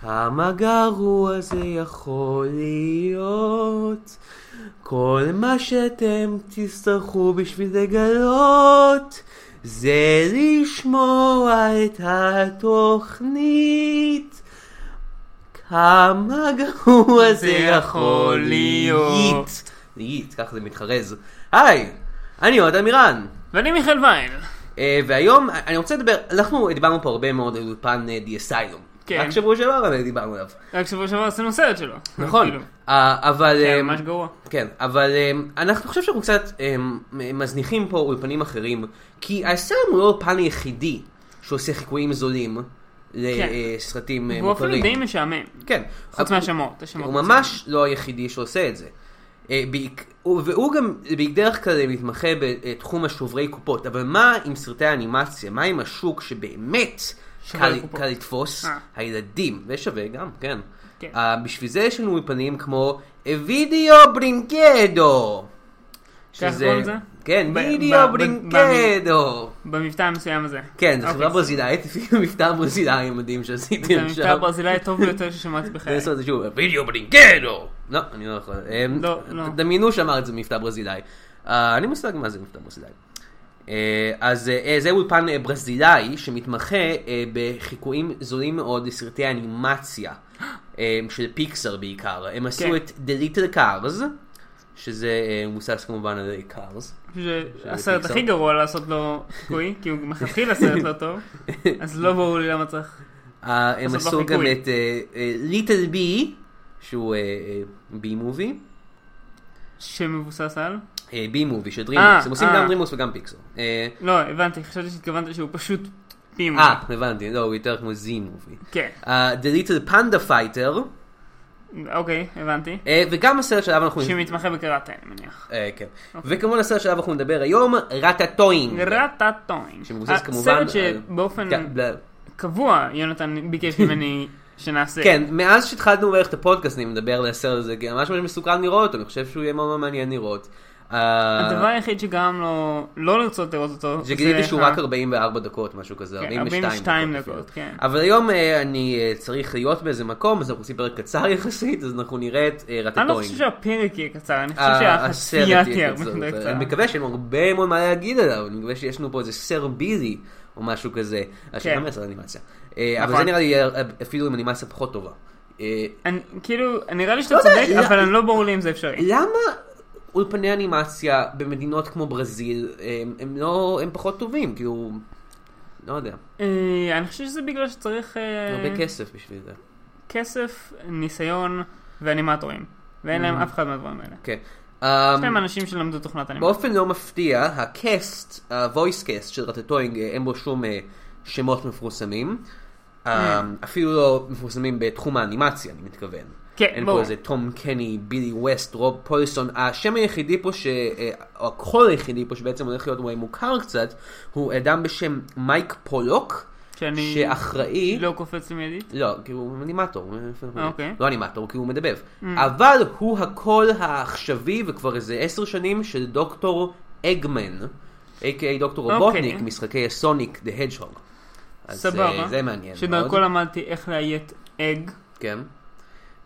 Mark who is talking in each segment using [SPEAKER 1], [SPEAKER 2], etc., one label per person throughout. [SPEAKER 1] כמה גרוע זה יכול להיות כל מה שאתם תצטרכו בשביל לגלות זה לשמוע את התוכנית כמה גרוע זה יכול להיות יית, ככה זה מתחרז היי, אני אוהד אמירן
[SPEAKER 2] ואני מיכאל ויין.
[SPEAKER 1] אה, והיום אני רוצה לדבר, אנחנו דיברנו פה הרבה מאוד על אולפן אה, The Asylum.
[SPEAKER 2] כן.
[SPEAKER 1] רק שבוע שעבר אה, דיברנו עליו.
[SPEAKER 2] רק שבוע שעבר עשינו סרט שלו.
[SPEAKER 1] נכון.
[SPEAKER 2] כאילו,
[SPEAKER 1] אה, אבל...
[SPEAKER 2] זה היה
[SPEAKER 1] אה,
[SPEAKER 2] ממש גרוע.
[SPEAKER 1] כן, אבל אה, אנחנו חושב שאנחנו קצת אה, מזניחים פה אולפנים אחרים, כי ה-Asylum הוא לא האולפן היחידי שעושה חיקויים זולים לסרטים אה,
[SPEAKER 2] הוא אפילו כן. די
[SPEAKER 1] מוכרים.
[SPEAKER 2] משעמם.
[SPEAKER 1] כן.
[SPEAKER 2] חוץ מהשמות. השמות
[SPEAKER 1] הוא
[SPEAKER 2] מצוינים.
[SPEAKER 1] ממש לא היחידי שעושה את זה. אה, בעיק- הוא- והוא גם בדרך כלל מתמחה בתחום השוברי קופות, אבל מה עם סרטי האנימציה? מה עם השוק שבאמת
[SPEAKER 2] שוברי
[SPEAKER 1] קל,
[SPEAKER 2] קופות.
[SPEAKER 1] קל לתפוס?
[SPEAKER 2] אה.
[SPEAKER 1] הילדים, זה שווה גם, כן.
[SPEAKER 2] כן.
[SPEAKER 1] אה, בשביל זה יש לנו אולפנים כמו וידאו ברינקדו.
[SPEAKER 2] קוראים לזה?
[SPEAKER 1] כן,
[SPEAKER 2] ב-
[SPEAKER 1] וידאו
[SPEAKER 2] ב- ב-
[SPEAKER 1] ברינקדו.
[SPEAKER 2] במבטא המסוים הזה.
[SPEAKER 1] כן, זו חברה
[SPEAKER 2] אוקיי.
[SPEAKER 1] ברזילאית, לפי המבטא הברזילאי המדהים
[SPEAKER 2] זה
[SPEAKER 1] שעשיתם שם.
[SPEAKER 2] המבטא הברזילאי הטוב ביותר ששמעתי בחיי.
[SPEAKER 1] לעשות את זה שוב, וידאו ברינקדו! לא, אני לא יכול. אמ,
[SPEAKER 2] לא, לא.
[SPEAKER 1] דמיינו שאמר את זה במבטא ברזילאי. אה, אין לי מושג מה זה מבטא ברזילאי. אה, אז אה, אה, זה אולפן אה, ברזילאי שמתמחה אה, בחיקויים זולים מאוד לסרטי אנימציה אה, של פיקסר בעיקר. הם עשו
[SPEAKER 2] כן.
[SPEAKER 1] את The Little Cars, שזה אה, מבוסס כמובן על Cars.
[SPEAKER 2] שזה
[SPEAKER 1] של
[SPEAKER 2] הסרט
[SPEAKER 1] פיקסאר.
[SPEAKER 2] הכי גרוע לעשות לו חיקוי, כי הוא מלכתחילה סרט לא טוב, אז לא ברור לי למה צריך.
[SPEAKER 1] אה, הם
[SPEAKER 2] לעשות
[SPEAKER 1] עשו
[SPEAKER 2] לו
[SPEAKER 1] גם
[SPEAKER 2] חיקוי.
[SPEAKER 1] את אה, ליטל בי, שהוא אה, בי מובי.
[SPEAKER 2] שמבוסס על?
[SPEAKER 1] בי מובי אה, של DreamWorks, הם עושים
[SPEAKER 2] אה.
[SPEAKER 1] גם DreamWorks וגם פיקסו. אה,
[SPEAKER 2] לא, הבנתי, חשבתי שהתכוונת שהוא פשוט פימו.
[SPEAKER 1] אה, הבנתי, לא, הוא יותר כמו זי מובי.
[SPEAKER 2] כן.
[SPEAKER 1] The Little Panda Fighter,
[SPEAKER 2] אוקיי, הבנתי.
[SPEAKER 1] אה, וגם הסרט שעליו אנחנו...
[SPEAKER 2] שמתמחה בקראטה, אני מניח.
[SPEAKER 1] אה, כן. וכמובן הסרט שעליו אנחנו נדבר היום, ראטה טוינג.
[SPEAKER 2] גראטה טוינג.
[SPEAKER 1] כן. שמבוסס כמובן... על-
[SPEAKER 2] אה, סרט שבאופן
[SPEAKER 1] כן, ב-
[SPEAKER 2] קבוע יונתן ביקש ממני שנעשה.
[SPEAKER 1] כן, מאז שהתחלנו בערך את הפודקאסט, אני מדבר על הסרט הזה, כי ממש ממש מסוכן לראות אותו, אני חושב שהוא יהיה מאוד מאוד מעניין לראות. אה,
[SPEAKER 2] הדבר היחיד שגרם לו לא לרצות לראות אותו, זה
[SPEAKER 1] שגיליתי שהוא רק
[SPEAKER 2] ה-
[SPEAKER 1] 44 דקות, משהו כזה,
[SPEAKER 2] כן,
[SPEAKER 1] 42
[SPEAKER 2] 42
[SPEAKER 1] דקות.
[SPEAKER 2] דקות,
[SPEAKER 1] אפילו.
[SPEAKER 2] כן.
[SPEAKER 1] אבל היום אה, אני אה, צריך להיות באיזה מקום, אז אנחנו עושים פרק קצר יחסית, אז אנחנו נראה את אה,
[SPEAKER 2] אני לא
[SPEAKER 1] רטטוינג.
[SPEAKER 2] חושב שהפרק יהיה קצר, אני חושב
[SPEAKER 1] אה, הסרט
[SPEAKER 2] שהחצייה תהיה אה.
[SPEAKER 1] יהיה
[SPEAKER 2] הרבה
[SPEAKER 1] קצר
[SPEAKER 2] יותר
[SPEAKER 1] יותר.
[SPEAKER 2] קצרה.
[SPEAKER 1] אני מקווה שאין הרבה מאוד מה להגיד עליו, אני מקווה שיש לנו פה איזה סר בילי או משהו כזה. אה, שגם יצא אנימציה. אה, אבל
[SPEAKER 2] כן. נכון.
[SPEAKER 1] זה נראה לי יהיה אפילו עם אנימציה פחות טובה. אה,
[SPEAKER 2] אני- כאילו, נראה לי שאתה
[SPEAKER 1] לא יודע,
[SPEAKER 2] צודק,
[SPEAKER 1] לא-
[SPEAKER 2] אבל אני לא ברור לי אם זה אפשרי.
[SPEAKER 1] למה אולפני אנימציה במדינות כמו ברזיל, אה, הם לא, הם פחות טובים, כאילו, לא יודע,
[SPEAKER 2] אה, אני חושב שזה בגלל שצריך אה,
[SPEAKER 1] הרבה כסף בשביל זה.
[SPEAKER 2] כסף, ניסיון ואנימטורים. ואין
[SPEAKER 1] Mm-hmm.
[SPEAKER 2] להם אף אחד מהדברים האלה.
[SPEAKER 1] כן.
[SPEAKER 2] יש להם אנשים שלמדו תוכנת אנימטור.
[SPEAKER 1] באופן לא מפתיע, הקאסט, ה-voice cast של רטטוינג, אה, אין בו שום אה, שמות מפורסמים. אה,
[SPEAKER 2] Mm.
[SPEAKER 1] אפילו לא מפורסמים בתחום האנימציה, אני מתכוון.
[SPEAKER 2] כן,
[SPEAKER 1] אין פה
[SPEAKER 2] ברור.
[SPEAKER 1] איזה תום קני, בילי ווסט, רוב פולסון. השם היחידי פה, ש... אה, או הקול היחידי פה שבעצם הולך להיות אולי מוכר קצת, הוא אדם בשם מייק פולוק,
[SPEAKER 2] שאני-
[SPEAKER 1] שאחראי...
[SPEAKER 2] לא קופץ לי מיידית.
[SPEAKER 1] לא, כי הוא אנימטור.
[SPEAKER 2] אה, אוקיי. Mm.
[SPEAKER 1] לא אנימטור, כי הוא מדבב. אבל הוא הקול העכשווי, וכבר איזה עשר שנים, של דוקטור אגמן, a.k.a דוקטור
[SPEAKER 2] אוקיי.
[SPEAKER 1] רובוטניק, משחקי הסוניק, דה הדג'הוג.
[SPEAKER 2] סבבה.
[SPEAKER 1] אה, זה מעניין כן, מאוד.
[SPEAKER 2] שדרכו למדתי איך לאיית אג, E
[SPEAKER 1] כן.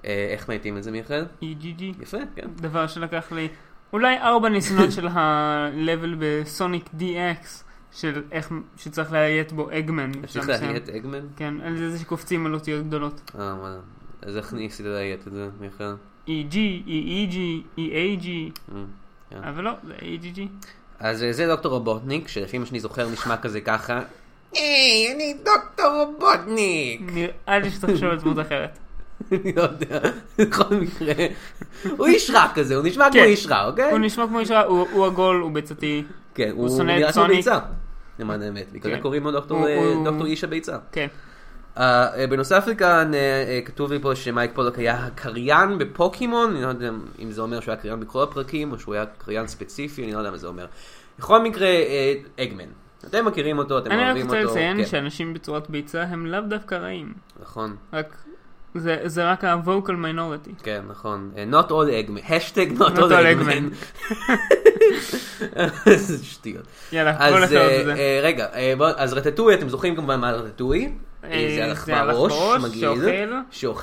[SPEAKER 1] אה, איך מאיתים את זה, מיכאל?
[SPEAKER 2] EGG,
[SPEAKER 1] יפה, כן.
[SPEAKER 2] דבר שלקח לי אולי ארבע ניסיונות של ה-level בסוניק DX, של איך שצריך לאיית בו אגמן. בשלב
[SPEAKER 1] צריך
[SPEAKER 2] מסוים.
[SPEAKER 1] להעיד את אגמן?
[SPEAKER 2] כן, על זה שקופצים על אותיות גדולות.
[SPEAKER 1] אה, וואלה. אז איך ניסית להעיד את זה, מיכאל?
[SPEAKER 2] EG, EEG, EAG,
[SPEAKER 1] אה, כן.
[SPEAKER 2] E אבל לא, זה EGG.
[SPEAKER 1] אז אה, זה דוקטור רובוטניק, שלפי מה שאני זוכר נשמע כזה ככה. היי, אני דוקטור רובוטניק!
[SPEAKER 2] נראה לי שצריך לשאול את דמות אחרת.
[SPEAKER 1] אני לא יודע, בכל מקרה. הוא איש רע כזה, הוא נשמע כמו
[SPEAKER 2] כן.
[SPEAKER 1] איש רע, אוקיי?
[SPEAKER 2] הוא נשמע כמו איש רע, הוא הוא עגול, הוא ביצתי.
[SPEAKER 1] כן,
[SPEAKER 2] הוא
[SPEAKER 1] הוא
[SPEAKER 2] שונא את
[SPEAKER 1] נראה כמו
[SPEAKER 2] סוניק.
[SPEAKER 1] ביצה. למען האמת, בגלל זה
[SPEAKER 2] כן.
[SPEAKER 1] קוראים לו דוקטור
[SPEAKER 2] הוא-
[SPEAKER 1] אה,
[SPEAKER 2] הוא-
[SPEAKER 1] דוקטור איש הביצה.
[SPEAKER 2] כן.
[SPEAKER 1] אה, אה, בנוסף לכאן, אה, אה, כתוב לי פה שמייק פולק היה הקריין בפוקימון, אני לא יודע אם זה אומר שהוא היה קריין בכל הפרקים, או שהוא היה קריין ספציפי, אני לא יודע מה זה אומר. בכל מקרה, אה, אגמן. אתם מכירים אותו, אתם
[SPEAKER 2] אני רק
[SPEAKER 1] אוהבים אותו.
[SPEAKER 2] רוצה לציין
[SPEAKER 1] כן,
[SPEAKER 2] שאנשים בצורת ביצה הם לאו דווקא רעים.
[SPEAKER 1] נכון,
[SPEAKER 2] רק, זה- זה רק ה-vocal minority.
[SPEAKER 1] כן, נכון. אה, Not all Eggman, השטג Not
[SPEAKER 2] Not
[SPEAKER 1] all
[SPEAKER 2] all
[SPEAKER 1] Eggman. איזה שטויות.
[SPEAKER 2] יאללה, בוא
[SPEAKER 1] אז
[SPEAKER 2] נחזור
[SPEAKER 1] אה,
[SPEAKER 2] לזה.
[SPEAKER 1] אה, רגע, אה, בוא- אז רטטוי, אתם זוכרים כמובן מה רטטוי? אה, זה הלך
[SPEAKER 2] הלך
[SPEAKER 1] בראש,
[SPEAKER 2] בראש,
[SPEAKER 1] מגעיל.
[SPEAKER 2] שאוכל.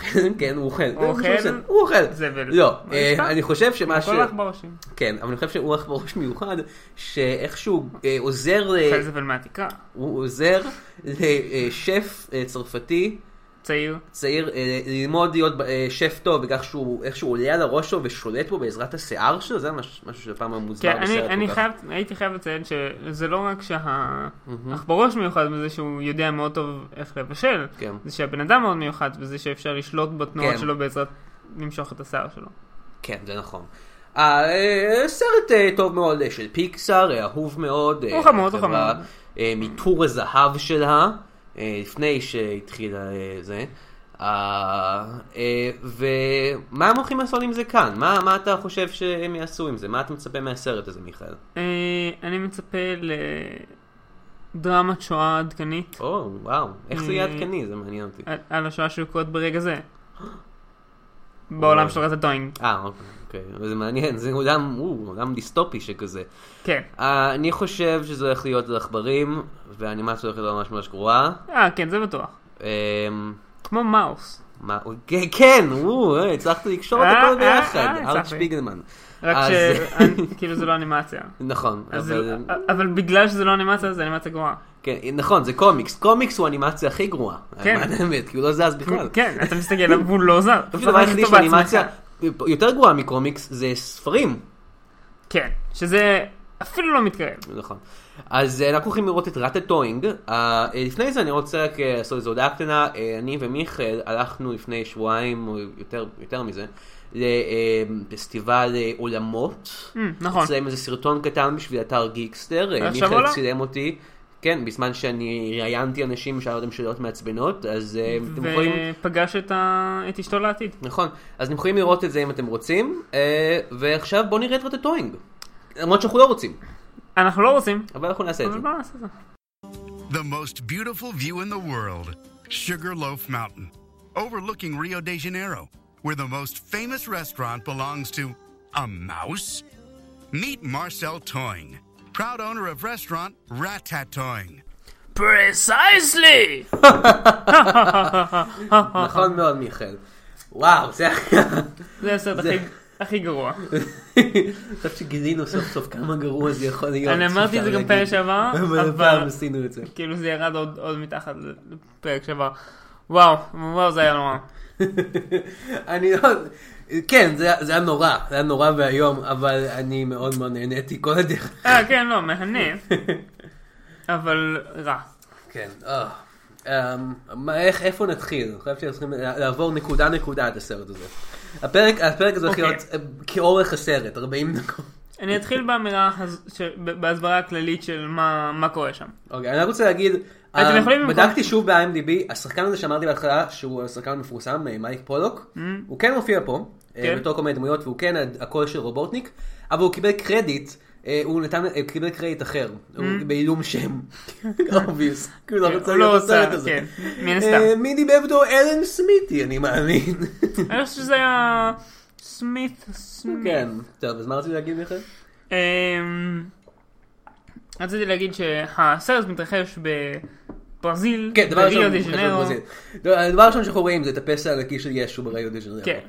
[SPEAKER 1] שאוכל, כן, הוא אוכל. זה
[SPEAKER 2] הוא
[SPEAKER 1] מה שהוא
[SPEAKER 2] אוכל?
[SPEAKER 1] עושה, הוא אוכל.
[SPEAKER 2] זבל.
[SPEAKER 1] לא,
[SPEAKER 2] מה,
[SPEAKER 1] אה,
[SPEAKER 2] סתם?
[SPEAKER 1] אני חושב שמה ש...
[SPEAKER 2] הכל הלך בראשים.
[SPEAKER 1] כן, אבל אני חושב שהוא הלך בראש מיוחד, שאיכשהו אה, עוזר, אה,
[SPEAKER 2] אוכל זבל מהתקרה.
[SPEAKER 1] הוא עוזר לשף אה, צרפתי
[SPEAKER 2] צעיר.
[SPEAKER 1] צעיר אה, ללמוד להיות אה, שף טוב, בכך שהוא איכשהו עולה על הראש שלו ושולט בו בעזרת השיער שלו, זה ממש- משהו שפעם היה מוסבר
[SPEAKER 2] כן,
[SPEAKER 1] בסרט.
[SPEAKER 2] אני,
[SPEAKER 1] כל
[SPEAKER 2] אני
[SPEAKER 1] כך.
[SPEAKER 2] חייב, הייתי חייב לציין שזה לא רק שהאח בראש מיוחד בזה שהוא יודע מאוד טוב איך לבשל,
[SPEAKER 1] כן.
[SPEAKER 2] זה שהבן אדם מאוד מיוחד וזה שאפשר לשלוט בתנועות
[SPEAKER 1] כן.
[SPEAKER 2] שלו בעזרת למשוך את השיער שלו.
[SPEAKER 1] כן, זה נכון. אה, אה, סרט אה, טוב מאוד אה, של פיקסאר, אה, אהוב מאוד. אה,
[SPEAKER 2] הוא חמוד, הוא
[SPEAKER 1] חברה,
[SPEAKER 2] חמוד.
[SPEAKER 1] אה, מטור הזהב שלה, אה, לפני שהתחילה אה, זה. אה, אה, ומה הם הולכים לעשות עם זה כאן? מה, מה אתה חושב שהם יעשו עם זה? מה אתה מצפה מהסרט הזה, מיכאל?
[SPEAKER 2] אה, אני מצפה לדרמת שואה עדכנית
[SPEAKER 1] או, וואו, איך זה יהיה
[SPEAKER 2] אה,
[SPEAKER 1] עדכני? זה מעניין אותי.
[SPEAKER 2] על- על השואה שקורית ברגע זה. בעולם של רטטוינג.
[SPEAKER 1] אה, אוקיי, אבל זה מעניין, זה עולם, הוא, עולם דיסטופי שכזה.
[SPEAKER 2] כן.
[SPEAKER 1] אה, אני חושב שזה הולך להיות עכברים, והאנימציה הולכת להיות ממש ממש גרועה.
[SPEAKER 2] אה, כן, זה בטוח.
[SPEAKER 1] אמ,
[SPEAKER 2] כמו מאוס.
[SPEAKER 1] מה, אוי, כן, כן, וואו, אה, הצלחתי לקשור את
[SPEAKER 2] אה,
[SPEAKER 1] הכל
[SPEAKER 2] אה,
[SPEAKER 1] ביחד,
[SPEAKER 2] אה,
[SPEAKER 1] ארט
[SPEAKER 2] הצלחתי.
[SPEAKER 1] שפיגלמן.
[SPEAKER 2] רק
[SPEAKER 1] אז-
[SPEAKER 2] ש... כאילו זה לא אנימציה.
[SPEAKER 1] נכון,
[SPEAKER 2] אז
[SPEAKER 1] אבל...
[SPEAKER 2] זה- אבל בגלל שזה לא אנימציה, זה אנימציה גרועה.
[SPEAKER 1] כן, נכון, זה קומיקס. קומיקס הוא האנימציה הכי גרועה.
[SPEAKER 2] כן.
[SPEAKER 1] למען האמת, כי הוא לא זז בכלל.
[SPEAKER 2] כן, אתה מסתכל עליו והוא לא זר. אתה
[SPEAKER 1] אפילו הדבר
[SPEAKER 2] צריך
[SPEAKER 1] היחידי
[SPEAKER 2] לכתוב בעצמך.
[SPEAKER 1] שהאנימציה יותר גרועה מקומיקס זה ספרים.
[SPEAKER 2] כן, שזה אפילו לא מתקרב.
[SPEAKER 1] נכון. אז אה, אנחנו הולכים לראות את ראטה טוינג. אה, לפני זה אני רוצה רק אה, לעשות איזו הודעה קטנה. אה, אני ומיכאל הלכנו לפני שבועיים, או יותר- יותר מזה, לפסטיבל אה, עולמות.
[SPEAKER 2] Mm, נכון.
[SPEAKER 1] צילם איזה סרטון קטן בשביל אתר גיקסטר. אה,
[SPEAKER 2] עכשיו
[SPEAKER 1] מיכאל
[SPEAKER 2] עולה?
[SPEAKER 1] צילם אותי. כן, בזמן שאני ראיינתי אנשים, שאלתי אותם שאלות מעצבנות, אז אה, אתם יכולים...
[SPEAKER 2] ופגש את ה- את אשתו לעתיד.
[SPEAKER 1] נכון, אז אתם יכולים לראות את זה אם אתם רוצים, אה, ועכשיו בואו נראה את ראטה טוינג. למרות שאנחנו לא רוצים,
[SPEAKER 2] אנחנו לא רוצים,
[SPEAKER 1] אבל אנחנו נעשה את זה.
[SPEAKER 2] אבל בוא נעשה את זה.
[SPEAKER 3] The most beautiful view in the world, Sugarloaf Mountain, overlooking Rio de Janeiro, where the most famous restaurant belongs to a mouse. Meet Marcel Toing, proud owner of restaurant Ratatouille.
[SPEAKER 2] פרסייסלי!
[SPEAKER 1] נכון מאוד, מיכאל. וואו, זה היה...
[SPEAKER 2] זה הסרט
[SPEAKER 1] זה- לא,
[SPEAKER 2] הכי- הכי גרוע.
[SPEAKER 1] חושב שגילינו סוף סוף כמה גרוע זה יכול להיות.
[SPEAKER 2] אני אמרתי את זה גם
[SPEAKER 1] אפשר
[SPEAKER 2] פעם
[SPEAKER 1] להגיד.
[SPEAKER 2] שעברה,
[SPEAKER 1] אבל
[SPEAKER 2] אבל
[SPEAKER 1] הפעם עשינו את זה.
[SPEAKER 2] כאילו זה ירד עוד עוד מתחת לפרק שעבר. וואו, וואו זה היה נורא.
[SPEAKER 1] אני לא... כן, זה זה היה נורא, זה היה נורא ואיום, אבל אני מאוד מאוד נהניתי כל הדרך.
[SPEAKER 2] אה, כן, לא, מהנה. אבל רע.
[SPEAKER 1] כן, אה. אמ, מה- איך, איפה נתחיל? אני חושב שצריכים לעבור נקודה נקודה את הסרט הזה. הפרק, הפרק הזה הולך
[SPEAKER 2] אוקיי.
[SPEAKER 1] להיות אה, כאורך הסרט, 40 דקות.
[SPEAKER 2] אני אתחיל באמירה, הז- ש- ב- בהסברה הכללית של מה מה קורה שם.
[SPEAKER 1] אוקיי, אני רק רוצה להגיד,
[SPEAKER 2] אתם
[SPEAKER 1] אה,
[SPEAKER 2] יכולים במקום-
[SPEAKER 1] בדקתי שוב ב-IMDb, השחקן הזה שאמרתי בהתחלה, שהוא השחקן המפורסם, אה, מייק פולוק, הוא כן מופיע פה, אה,
[SPEAKER 2] Mm. כן.
[SPEAKER 1] בתור כל מיני דמויות, והוא כן הד- הקול של רובוטניק, אבל הוא קיבל קרדיט, אה, הוא נתן, אה, קיבל קרדיט אחר, הוא בעילום שם, אובייס, כי הוא לא
[SPEAKER 2] Mm. כן,
[SPEAKER 1] רוצה
[SPEAKER 2] הוא לא
[SPEAKER 1] להיות
[SPEAKER 2] רוצה,
[SPEAKER 1] בסרט הזה.
[SPEAKER 2] כן, מן הסתם.
[SPEAKER 1] אה, מי דיבב אותו? אלן סמיתי, אני מאמין.
[SPEAKER 2] אני חושב שזה היה סמית, סמית.
[SPEAKER 1] כן, טוב, אז מה רציתי להגיד לך?
[SPEAKER 2] כן, אמ, רציתי להגיד שהסרט מתרחש בברזיל,
[SPEAKER 1] כן, דבר ראשון,
[SPEAKER 2] בריו דה
[SPEAKER 1] הוא חשוב
[SPEAKER 2] ז'נרו.
[SPEAKER 1] בברזיל. לא, הדבר הראשון שאנחנו רואים זה את הפסע הנקי של ישו בריו דה ז'נרו.
[SPEAKER 2] כן.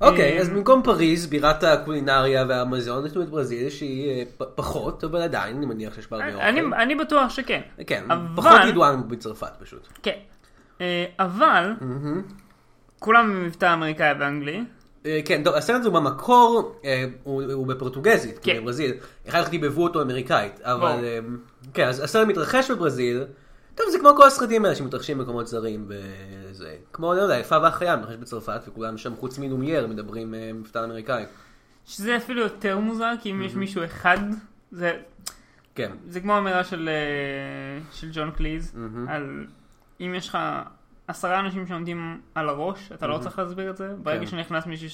[SPEAKER 1] אוקיי,
[SPEAKER 2] אמ,
[SPEAKER 1] אז במקום פריז, בירת הקולינריה והמזון, יש לנו את ברזיל שהיא אה, פ- פחות, אבל עדיין, אני אוקיי. מניח שיש בה הרבה
[SPEAKER 2] אה, אני-
[SPEAKER 1] אוכל.
[SPEAKER 2] אני בטוח שכן.
[SPEAKER 1] כן,
[SPEAKER 2] אבל-
[SPEAKER 1] פחות ידועה מצרפת פשוט.
[SPEAKER 2] כן. אה, אבל, כולם במבטא אמריקאי ואנגלי.
[SPEAKER 1] אה, כן, טוב, הסרט הזה הוא במקור, אה, הוא הוא בפורטוגזית,
[SPEAKER 2] כן.
[SPEAKER 1] כן, ברזיל. אחר כך דיבבו אותו אמריקאית, אבל...
[SPEAKER 2] ברור.
[SPEAKER 1] אה, כן, אז הסרט מתרחש בברזיל. טוב, זה כמו כל הסרטים האלה שמתרחשים במקומות זרים וזה. כמו, לא יודע, איפה והחיה, מתרחש בצרפת, וכולם שם, חוץ מלומייר, מדברים אה, מבטא אמריקאי.
[SPEAKER 2] שזה אפילו יותר מוזר, כי אם יש מישהו אחד, זה
[SPEAKER 1] כן.
[SPEAKER 2] זה כמו אמירה של, אה, של ג'ון קליז, על אם יש לך עשרה אנשים שעומדים על הראש, אתה לא צריך להסביר את זה. ברגע
[SPEAKER 1] כן.
[SPEAKER 2] שנכנס מישהו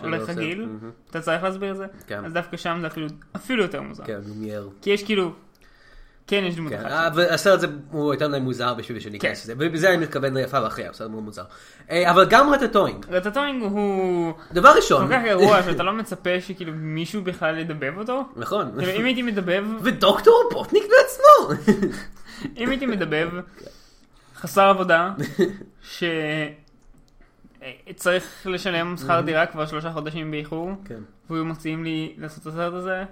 [SPEAKER 2] שהולך
[SPEAKER 1] עושה,
[SPEAKER 2] רגיל, אתה צריך להסביר את זה.
[SPEAKER 1] כן.
[SPEAKER 2] אז דווקא שם זה אפילו- אפילו יותר מוזר.
[SPEAKER 1] כן, לומייר.
[SPEAKER 2] כי יש כאילו, כן יש דמות
[SPEAKER 1] כן,
[SPEAKER 2] אחת. כן.
[SPEAKER 1] אבל הסרט הזה הוא יותר מדי מוזר בשביל שניכנס לזה, ובזה אני מתכוון לא ליפה ואחיה, סרט מאוד מוזר. אה, אבל גם רטטוינג,
[SPEAKER 2] רטטוינג הוא
[SPEAKER 1] דבר
[SPEAKER 2] כל
[SPEAKER 1] ראשון,
[SPEAKER 2] כך גרוע שאתה לא מצפה שכאילו מישהו בכלל ידבב אותו.
[SPEAKER 1] נכון,
[SPEAKER 2] כאילו, אם הייתי מדבב,
[SPEAKER 1] ודוקטור רובוטניק בעצמו,
[SPEAKER 2] אם הייתי מדבב, חסר עבודה, שצריך לשלם שכר דירה כבר שלושה חודשים באיחור,
[SPEAKER 1] כן.
[SPEAKER 2] והיו מציעים לי לעשות את הסרט הזה,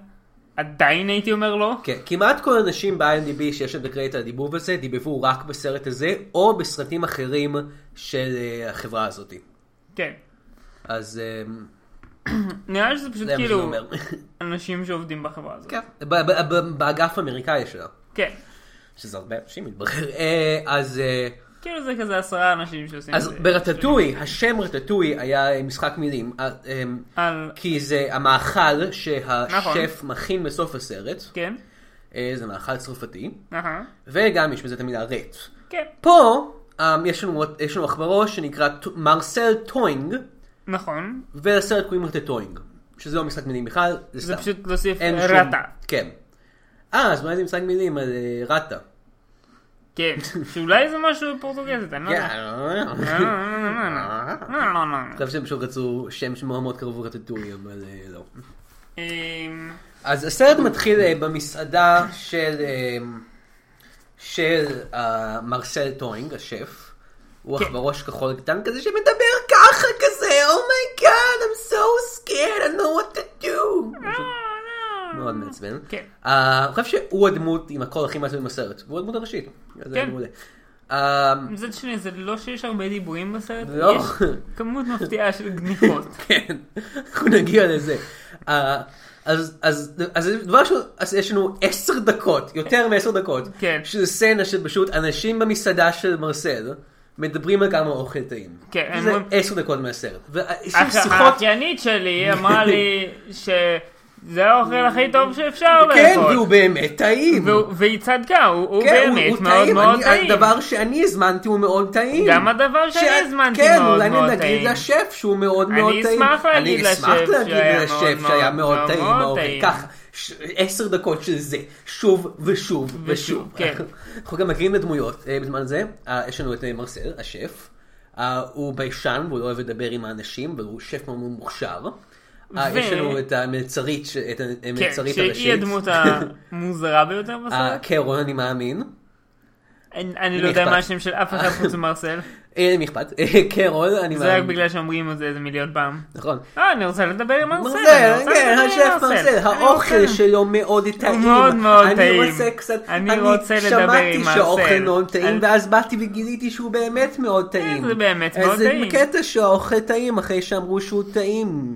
[SPEAKER 2] עדיין הייתי אומר לא.
[SPEAKER 1] כן, כמעט כל הנשים ב-IMDb שיש להם את הקרדיט על הדיבוב הזה, דיבבו רק בסרט הזה, או בסרטים אחרים של אה, החברה הזאת.
[SPEAKER 2] כן.
[SPEAKER 1] אז אה,
[SPEAKER 2] נראה לי שזה פשוט
[SPEAKER 1] זה מה שאני
[SPEAKER 2] כאילו
[SPEAKER 1] אומר.
[SPEAKER 2] אנשים שעובדים בחברה הזאת.
[SPEAKER 1] כן, ב- ב- ב- באגף האמריקאי שלה,
[SPEAKER 2] כן.
[SPEAKER 1] שזה הרבה אנשים מתברר. אה, אז... אה,
[SPEAKER 2] כאילו זה כזה עשרה אנשים שעושים את
[SPEAKER 1] אז
[SPEAKER 2] זה. אה,
[SPEAKER 1] ברטטוי, השם רטטוי היה אה, משחק מילים, אה, אמ,
[SPEAKER 2] על...
[SPEAKER 1] כי זה המאכל
[SPEAKER 2] נכון.
[SPEAKER 1] שהשף מכין בסוף הסרט,
[SPEAKER 2] כן.
[SPEAKER 1] אה, זה מאכל צרפתי,
[SPEAKER 2] אהה.
[SPEAKER 1] וגם יש בזה את המילה רט.
[SPEAKER 2] כן.
[SPEAKER 1] פה אמ, יש לנו עוד- יש לנו אח בראש שנקרא ט- מרסל טוינג,
[SPEAKER 2] נכון.
[SPEAKER 1] ולסרט קוראים רטטוינג, שזה לא משחק מילים בכלל, זה סתם.
[SPEAKER 2] זה פשוט להוסיף
[SPEAKER 1] אין שום-
[SPEAKER 2] רטה.
[SPEAKER 1] כן. אה, אז אולי זה משחק מילים על אה, רטה.
[SPEAKER 2] כן. שאולי זה משהו בפורטוגזית, אני לא
[SPEAKER 1] כן.
[SPEAKER 2] יודע. לא, לא, לא, לא, לא. לא, לא, לא,
[SPEAKER 1] אני
[SPEAKER 2] לא.
[SPEAKER 1] חושב שהם פשוט רצו שם שמאוד מאוד קרוב רטטוי, אבל אה, לא.
[SPEAKER 2] אמ,
[SPEAKER 1] אז הסרט מתחיל אה, במסעדה של, אה, של אה, מרסל טוינג, השף. הוא
[SPEAKER 2] כן.
[SPEAKER 1] אח בראש כחול קטן כזה שמדבר ככה כזה, אומייגאד, I'm so scared, I know what to do. משהו
[SPEAKER 2] לא,
[SPEAKER 1] מאוד מעצבן.
[SPEAKER 2] כן.
[SPEAKER 1] אה, אני חושב שהוא הדמות עם הקול הכי מעצבן בסרט, והוא הדמות הראשית. אז זה
[SPEAKER 2] כן.
[SPEAKER 1] מעולה. אה,
[SPEAKER 2] מצד שני, זה לא שיש הרבה דיבורים בסרט,
[SPEAKER 1] לא.
[SPEAKER 2] יש כמות מפתיעה של גניחות.
[SPEAKER 1] כן, אנחנו נגיע לזה. אה, אז, אז, אז דבר ראשון, אז יש לנו עשר דקות, יותר מעשר דקות,
[SPEAKER 2] כן.
[SPEAKER 1] שזה סצנה שפשוט אנשים במסעדה של מרסל מדברים על כמה אוכל טעים.
[SPEAKER 2] כן, הם
[SPEAKER 1] זה
[SPEAKER 2] אומרים-
[SPEAKER 1] עשר דקות מהסרט. ויש
[SPEAKER 2] אח-
[SPEAKER 1] להם שיחות,
[SPEAKER 2] האחיינית שלי אמרה לי שזה האוכל הכי טוב שאפשר
[SPEAKER 1] כן,
[SPEAKER 2] לאכול.
[SPEAKER 1] והוא באמת טעים.
[SPEAKER 2] והוא- והיא צדקה, הוא הוא
[SPEAKER 1] כן, הוא-
[SPEAKER 2] באמת
[SPEAKER 1] הוא
[SPEAKER 2] מאוד מאוד
[SPEAKER 1] אני-
[SPEAKER 2] טעים.
[SPEAKER 1] הדבר שאני הזמנתי הוא מאוד טעים.
[SPEAKER 2] גם הדבר שאני
[SPEAKER 1] ש-
[SPEAKER 2] הזמנתי
[SPEAKER 1] כן,
[SPEAKER 2] מאוד
[SPEAKER 1] אולי
[SPEAKER 2] מאוד
[SPEAKER 1] נגיד
[SPEAKER 2] טעים.
[SPEAKER 1] לשף שהוא מאוד
[SPEAKER 2] אני
[SPEAKER 1] מאוד טעים.
[SPEAKER 2] אשמח להגיד
[SPEAKER 1] אני אשמח
[SPEAKER 2] לשף
[SPEAKER 1] להגיד
[SPEAKER 2] שהיה
[SPEAKER 1] לשף
[SPEAKER 2] מאוד מאוד-
[SPEAKER 1] שהיה מאוד
[SPEAKER 2] מאוד
[SPEAKER 1] טעים
[SPEAKER 2] מאוד
[SPEAKER 1] האוכל.
[SPEAKER 2] טעים.
[SPEAKER 1] ככה, ש- עשר דקות של זה, שוב ושוב ושוב.
[SPEAKER 2] ושוב, כן.
[SPEAKER 1] אנחנו גם מכירים את הדמויות אה, בזמן הזה. אה, יש לנו את אה, מרסל, השף. אה, הוא ביישן והוא לא אוהב לדבר עם האנשים, והוא שף מאוד מאוד מוכשר. אה,
[SPEAKER 2] ו-
[SPEAKER 1] יש לנו את המלצרית, ש- את
[SPEAKER 2] כן,
[SPEAKER 1] המלצרית הראשית.
[SPEAKER 2] שהיא הדמות המוזרה ביותר
[SPEAKER 1] אה,
[SPEAKER 2] בסרט.
[SPEAKER 1] קרון, אני מאמין.
[SPEAKER 2] אני אני
[SPEAKER 1] מי
[SPEAKER 2] לא יודע
[SPEAKER 1] אכפת?
[SPEAKER 2] מה השם של אף אחד חוץ ממרסל.
[SPEAKER 1] אה, אין למי אכפת, קרול, אני
[SPEAKER 2] זה רק
[SPEAKER 1] מאמין,
[SPEAKER 2] בגלל שאומרים את זה איזה מיליון פעם.
[SPEAKER 1] נכון.
[SPEAKER 2] אה, אני רוצה לדבר עם מרסל. אני
[SPEAKER 1] מרסל, כן,
[SPEAKER 2] רוצה לדבר עם
[SPEAKER 1] השף מרסל,
[SPEAKER 2] לא, אני
[SPEAKER 1] האוכל
[SPEAKER 2] רוצה.
[SPEAKER 1] שלו מאוד טעים.
[SPEAKER 2] מאוד מאוד
[SPEAKER 1] אני
[SPEAKER 2] טעים.
[SPEAKER 1] רוצה קצת,
[SPEAKER 2] אני רוצה לדבר עם
[SPEAKER 1] שמעתי
[SPEAKER 2] מרסל.
[SPEAKER 1] שהאוכל מאוד טעים,
[SPEAKER 2] אני- אה,
[SPEAKER 1] ואז באתי וגיליתי שהוא באמת מאוד טעים.
[SPEAKER 2] זה באמת מאוד
[SPEAKER 1] אז
[SPEAKER 2] טעים.
[SPEAKER 1] זה קטע שהאוכל טעים אחרי שאמרו שהוא טעים.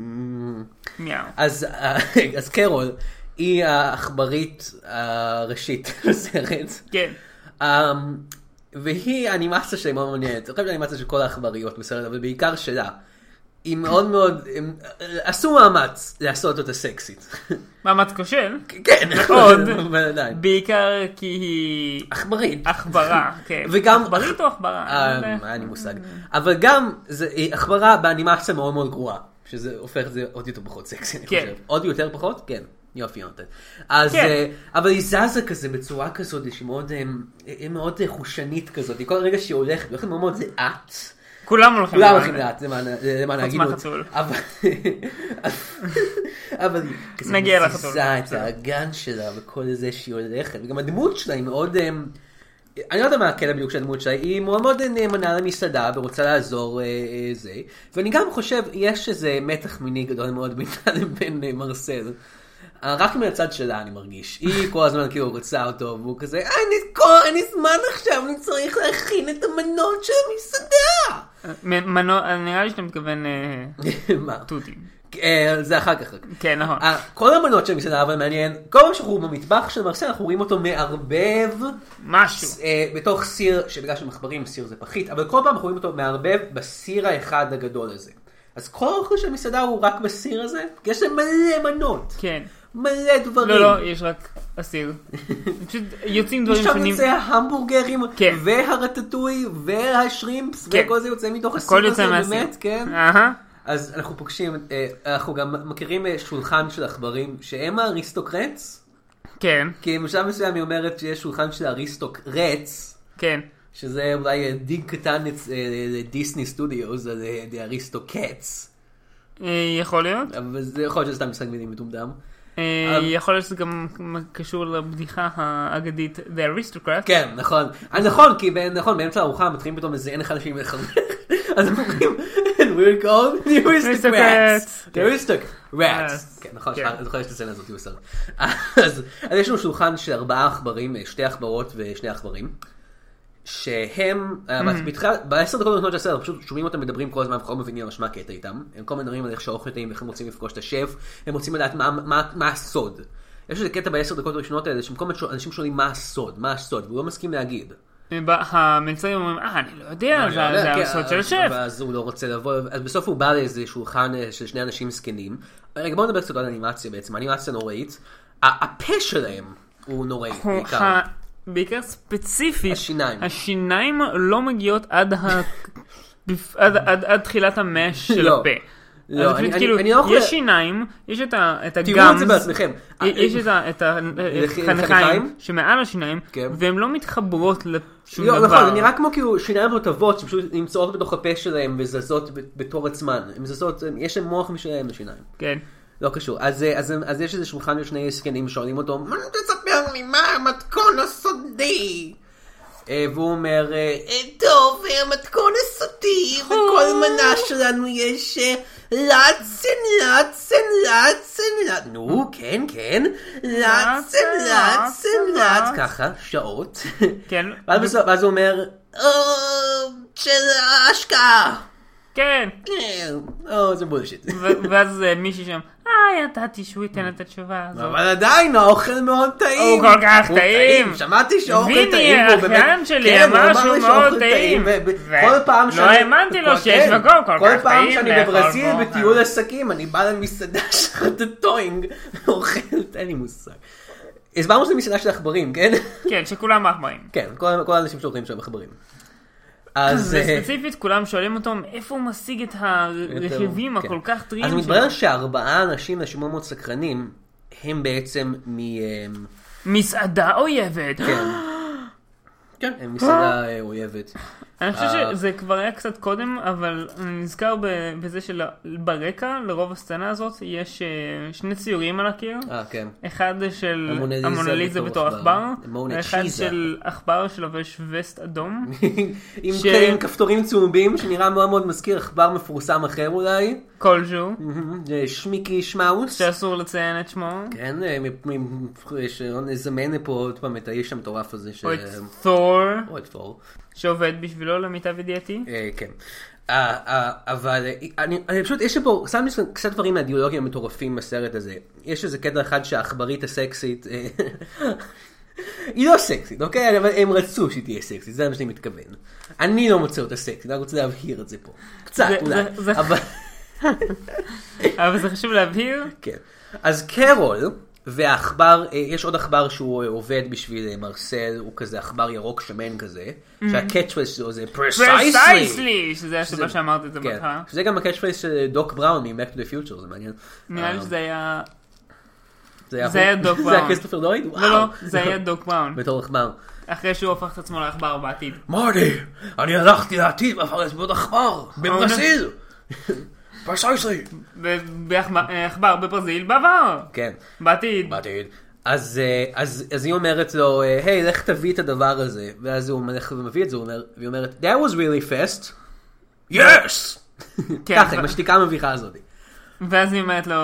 [SPEAKER 2] מיהו.
[SPEAKER 1] אז אה, אז קרול היא העכברית הראשית לסרט.
[SPEAKER 2] כן.
[SPEAKER 1] Um, והיא אנימציה שלי מאוד מעניינת, אני חושב שהאנימציה של כל העכבריות בסרט, אבל בעיקר שלה. היא מאוד מאוד, הם, עשו מאמץ לעשות אותה סקסית.
[SPEAKER 2] מאמץ כושל,
[SPEAKER 1] כן,
[SPEAKER 2] מאוד.
[SPEAKER 1] אבל עדיין.
[SPEAKER 2] בעיקר כי היא
[SPEAKER 1] עכברית.
[SPEAKER 2] עכברה, כן.
[SPEAKER 1] וגם-
[SPEAKER 2] עכברית או עכברה?
[SPEAKER 1] אה,
[SPEAKER 2] אני לא יודע.
[SPEAKER 1] היה לי מושג.
[SPEAKER 2] אה.
[SPEAKER 1] אבל גם, זה היא עכברה באנימציה מאוד מאוד גרועה, שזה הופך את זה עוד יותר פחות סקסי, אני
[SPEAKER 2] כן.
[SPEAKER 1] חושב. עוד יותר פחות? כן. יופי, יונתן. אז,
[SPEAKER 2] כן.
[SPEAKER 1] אה, אבל היא זזה כזה בצורה כזאת, שהיא מאוד, אה, היא מאוד אה, חושנית כזאת. כל רגע שהיא הולכת, היא הולכת מאוד מאוד לאט.
[SPEAKER 2] כולם הולכים
[SPEAKER 1] כולם
[SPEAKER 2] לעולם.
[SPEAKER 1] הולכים לאט, למען- למען
[SPEAKER 2] חוץ
[SPEAKER 1] ההגינות.
[SPEAKER 2] מהחתול.
[SPEAKER 1] אבל- אבל היא כזה
[SPEAKER 2] נגיע לחתול,
[SPEAKER 1] מזיזה את
[SPEAKER 2] בסדר.
[SPEAKER 1] האגן שלה וכל זה שהיא הולכת. וגם הדמות שלה היא מאוד... אמ, אני לא יודע מה הקטע בדיוק של הדמות שלה, היא מאוד מאוד נאמנה למסעדה ורוצה לעזור אה, אה, זה. ואני גם חושב, יש איזה מתח מיני גדול מאוד בינה לבין אה, מרסל. אה, רק מהצד שלה אני מרגיש, היא כל הזמן כאילו רוצה אותו, והוא כזה, "אה, אני כל- אין לי זמן עכשיו, אני צריך להכין את המנות של המסעדה!
[SPEAKER 2] אה, מ- מנו- נראה לי שאתה מתכוון אה,
[SPEAKER 1] מה?
[SPEAKER 2] תותים.
[SPEAKER 1] אה, זה אחר כך. רק.
[SPEAKER 2] כן, נכון.
[SPEAKER 1] אה, כל המנות של המסעדה, אבל מעניין, כל מה שאנחנו במטבח של מרסל, אנחנו רואים אותו מערבב
[SPEAKER 2] משהו.
[SPEAKER 1] אה, בתוך סיר, שבגלל שמחברים סיר זה פחית, אבל כל פעם אנחנו רואים אותו מערבב בסיר האחד הגדול הזה. אז כל האוכל של המסעדה הוא רק בסיר הזה, כי יש להם מלא מנות,
[SPEAKER 2] כן.
[SPEAKER 1] מלא דברים.
[SPEAKER 2] לא, לא, יש רק אסיר. פשוט יוצאים דברים
[SPEAKER 1] משם
[SPEAKER 2] שונים.
[SPEAKER 1] יוצא ההמבורגרים,
[SPEAKER 2] כן.
[SPEAKER 1] והרטטוי, והשרימפס,
[SPEAKER 2] כן.
[SPEAKER 1] וכל זה יוצא מתוך
[SPEAKER 2] הכל
[SPEAKER 1] הסיר הזה,
[SPEAKER 2] יוצא מהסיר.
[SPEAKER 1] באמת, כן.
[SPEAKER 2] אהה.
[SPEAKER 1] אז אנחנו פוגשים, אה, אנחנו גם מכירים אה, שולחן של עכברים שהם האריסטוקרטס,
[SPEAKER 2] כן,
[SPEAKER 1] כי בשלב מסוים היא אומרת שיש שולחן של אריסטוקרטס,
[SPEAKER 2] כן.
[SPEAKER 1] שזה אולי אה, דיג קטן אצ- אה, לדיסני סטודיוס, על אה, The אריסטוקטס,
[SPEAKER 2] אה, יכול להיות.
[SPEAKER 1] אבל זה יכול להיות שזה סתם משחק מילים מטומדם.
[SPEAKER 2] אה,
[SPEAKER 1] אבל-
[SPEAKER 2] יכול להיות שזה גם קשור לבדיחה האגדית The Aristocrat.
[SPEAKER 1] כן, נכון. אה, נכון, כי ב- נכון, באמצע הארוחה מתחילים פתאום איזה אין חדשים לחבר. אז הם אומרים, and we're called the aristocrats.
[SPEAKER 2] Aristocrats.
[SPEAKER 1] The aristocrats.
[SPEAKER 2] Yes.
[SPEAKER 1] כן, נכון,
[SPEAKER 2] כן.
[SPEAKER 1] אני זוכר את הסצנה הזאת בסרט. אז אז יש לנו שולחן של ארבעה עכברים, אה, שתי עכברות ושני עכברים. שהם, אה, בתחילה- בעשר דקות הראשונות של הסרט, פשוט שומעים אותם מדברים כל הזמן, אנחנו לא מבינים ממש מה הקטע איתם. הם כל הזמן מדברים על איך שהאוכל טעים, איך הם רוצים לפגוש את השף, הם רוצים לדעת מה- מה מה הסוד. יש איזה קטע בעשר דקות הראשונות האלה, שכל הזמן שואל- אנשים שואלים מה הסוד, מה הסוד, והוא לא מסכים להגיד.
[SPEAKER 2] המלצרים אומרים, אה, אני לא יודע, זה- זה
[SPEAKER 1] כן,
[SPEAKER 2] המסוד של
[SPEAKER 1] אז-
[SPEAKER 2] שף.
[SPEAKER 1] ואז הוא לא רוצה לבוא, אז בסוף הוא בא לאיזה שולחן אה, של שני אנשים זקנים. רגע, בואו נדבר קצת על אנימציה בעצם, אנימציה נוראית. ה- הפה שלהם הוא נוראי
[SPEAKER 2] הוא
[SPEAKER 1] בעיקר.
[SPEAKER 2] ח- בעיקר ספציפית,
[SPEAKER 1] השיניים.
[SPEAKER 2] השיניים לא מגיעות עד ה- בפ- עד- עד- עד תחילת המש של
[SPEAKER 1] לא.
[SPEAKER 2] הפה.
[SPEAKER 1] לא,
[SPEAKER 2] אז
[SPEAKER 1] אני-
[SPEAKER 2] פשוט
[SPEAKER 1] אני-
[SPEAKER 2] כאילו,
[SPEAKER 1] אני לא יכול-
[SPEAKER 2] יש שיניים, יש את ה- את הגאמס,
[SPEAKER 1] תראו את זה בעצמכם. אה,
[SPEAKER 2] י- יש את ה- את
[SPEAKER 1] חניכיים?
[SPEAKER 2] החנכיים שמעל השיניים,
[SPEAKER 1] כן.
[SPEAKER 2] והן לא מתחברות לשום
[SPEAKER 1] לא, נכון, זה
[SPEAKER 2] דבר.
[SPEAKER 1] נראה כמו כאילו שיניים רטבות שפשוט נמצאות בתוך הפה שלהם וזזות ב- בתור עצמן. הן זזות, הן- יש להם מוח משלהם לשיניים.
[SPEAKER 2] כן.
[SPEAKER 1] לא קשור. אז, אה, אז, אז יש איזה שולחן של שני זקנים שואלים אותו, מה תספר לי מה המתכון הסודי? אה, והוא אומר, אה, "אה, טוב, אה, המתכון הסודי, בכל מנה שלנו יש אה, לאצן, לאצן, לאצן, לאצן, נו, כן, כן, לאצן, לאצן, לאצן, ככה, שעות.
[SPEAKER 2] כן.
[SPEAKER 1] ואז בסוף- ואז הוא אומר, "אה, של ההשקעה.
[SPEAKER 2] כן,
[SPEAKER 1] אה, אה, זה בולשיט.
[SPEAKER 2] ו- ואז אה, מישהי שם, אה, ידעתי שהוא ייתן את התשובה הזאת.
[SPEAKER 1] אבל עדיין האוכל מאוד טעים.
[SPEAKER 2] הוא כל כך
[SPEAKER 1] הוא
[SPEAKER 2] טעים.
[SPEAKER 1] שמעתי שאוכל
[SPEAKER 2] ויני,
[SPEAKER 1] טעים. והוא
[SPEAKER 2] האחיין
[SPEAKER 1] באמת-
[SPEAKER 2] שלי,
[SPEAKER 1] כן, הוא
[SPEAKER 2] אמר שהוא
[SPEAKER 1] לי
[SPEAKER 2] מאוד
[SPEAKER 1] שאוכל
[SPEAKER 2] טעים.
[SPEAKER 1] ו-
[SPEAKER 2] ו-
[SPEAKER 1] כל פעם
[SPEAKER 2] לא האמנתי לו
[SPEAKER 1] כל-
[SPEAKER 2] שיש
[SPEAKER 1] כן,
[SPEAKER 2] מקום כל כך
[SPEAKER 1] כל פעם
[SPEAKER 2] טעים
[SPEAKER 1] שאני
[SPEAKER 2] לאכול
[SPEAKER 1] בברזיל
[SPEAKER 2] בו.
[SPEAKER 1] בטיול עסקים, אני בא למסעדה שלך טוינג, אוכל, אין לי מושג. הסברנו שזה מסעדה של עכברים, כן?
[SPEAKER 2] כן, שכולם עכברים.
[SPEAKER 1] כן, כל כל האנשים שאוכלים שם עכברים. אז... אה,
[SPEAKER 2] וספציפית כולם שואלים אותו מאיפה הוא משיג את הרכיבים
[SPEAKER 1] יותר,
[SPEAKER 2] הכל
[SPEAKER 1] כן.
[SPEAKER 2] כך טריים
[SPEAKER 1] אז
[SPEAKER 2] שלו.
[SPEAKER 1] מתברר שארבעה אנשים נשמעו מאוד סקרנים, הם בעצם מ... אה,
[SPEAKER 2] מסעדה אויבת.
[SPEAKER 1] כן. כן. הם מסעדה אה, אויבת.
[SPEAKER 2] אני חושב
[SPEAKER 1] אה.
[SPEAKER 2] שזה כבר היה קצת קודם, אבל אני נזכר ב- בזה שברקע, לרוב הסצנה הזאת, יש אה, שני ציורים על הקיר.
[SPEAKER 1] אה, כן.
[SPEAKER 2] אחד של
[SPEAKER 1] המונליזה
[SPEAKER 2] המונליזה
[SPEAKER 1] בתור
[SPEAKER 2] בתור
[SPEAKER 1] עכבר.
[SPEAKER 2] עכבר,
[SPEAKER 1] מונה
[SPEAKER 2] ואחד
[SPEAKER 1] צ'יזה.
[SPEAKER 2] של עכבר שלובש וסט אדום.
[SPEAKER 1] עם
[SPEAKER 2] ש-
[SPEAKER 1] כאלה עם כפתורים צהובים, שנראה מאוד מאוד מזכיר עכבר מפורסם אחר אולי.
[SPEAKER 2] כלשהו,
[SPEAKER 1] מהמם. זה שמיקי שמאוס.
[SPEAKER 2] שאסור לציין את שמו.
[SPEAKER 1] כן, אה, מ- מ- מ- שלא נזמן לפה עוד פעם את האיש המטורף הזה. ש-
[SPEAKER 2] או את תור,
[SPEAKER 1] או את פור.
[SPEAKER 2] שעובד בשבילו למיטב ידיעתי.
[SPEAKER 1] אה, כן. אה, אה, אבל אה, אני, אני פשוט, יש לי פה, שם לי קצת דברים מהדיאלוגים המטורפים בסרט הזה. יש איזה קטע אחד שהעכברית הסקסית, אה, היא לא סקסית, אוקיי? אבל הם רצו שהיא תהיה סקסית, זה מה שאני מתכוון. אני לא מוצא אותה סקסית, אני רוצה להבהיר את זה פה. קצת
[SPEAKER 2] זה-
[SPEAKER 1] אולי.
[SPEAKER 2] זה- זה-
[SPEAKER 1] אבל,
[SPEAKER 2] אבל זה חשוב להבהיר.
[SPEAKER 1] כן. אז קרול והעכבר, אה, יש עוד עכבר שהוא אה, עובד בשביל אה, מרסל, הוא כזה עכבר ירוק שמן כזה, שהקאצ' שלו זה פרסייסלי.
[SPEAKER 2] פרסייסלי! שזה הסיבה
[SPEAKER 1] שזה-
[SPEAKER 2] שאמרת את זה
[SPEAKER 1] כן,
[SPEAKER 2] בהתחלה.
[SPEAKER 1] שזה גם הקאץ' פרייס של דוק בראון מ-Back to the Future, זה מעניין.
[SPEAKER 2] נראה
[SPEAKER 1] אה,
[SPEAKER 2] לי שזה היה...
[SPEAKER 1] היה...
[SPEAKER 2] זה היה
[SPEAKER 1] הוא-
[SPEAKER 2] דוק
[SPEAKER 1] זה היה
[SPEAKER 2] בראון.
[SPEAKER 1] כריסטופר דויד? וואו.
[SPEAKER 2] לא, לא, זה היה דוק בראון.
[SPEAKER 1] בתור עכבר.
[SPEAKER 2] אחרי שהוא הפך את עצמו לעכבר בעתיד.
[SPEAKER 1] מרדי, אני הלכתי לעתיד ואפרס בעוד עכבר,
[SPEAKER 2] בברזיל.
[SPEAKER 1] פרסייסלי.
[SPEAKER 2] ב- בעכבר- אה, עכבר בברזיל בעבר!
[SPEAKER 1] כן,
[SPEAKER 2] בעתיד.
[SPEAKER 1] בעתיד. אז, אה, אז, אז היא אומרת לו, אה, היי, לך תביא את הדבר הזה. ואז הוא מלך ומביא את זה, הוא אומר- והיא אומרת, That was really fast. Yes!
[SPEAKER 2] כן,
[SPEAKER 1] ככה,
[SPEAKER 2] ו-
[SPEAKER 1] עם השתיקה המביכה הזאת.
[SPEAKER 2] ואז היא אומרת לו...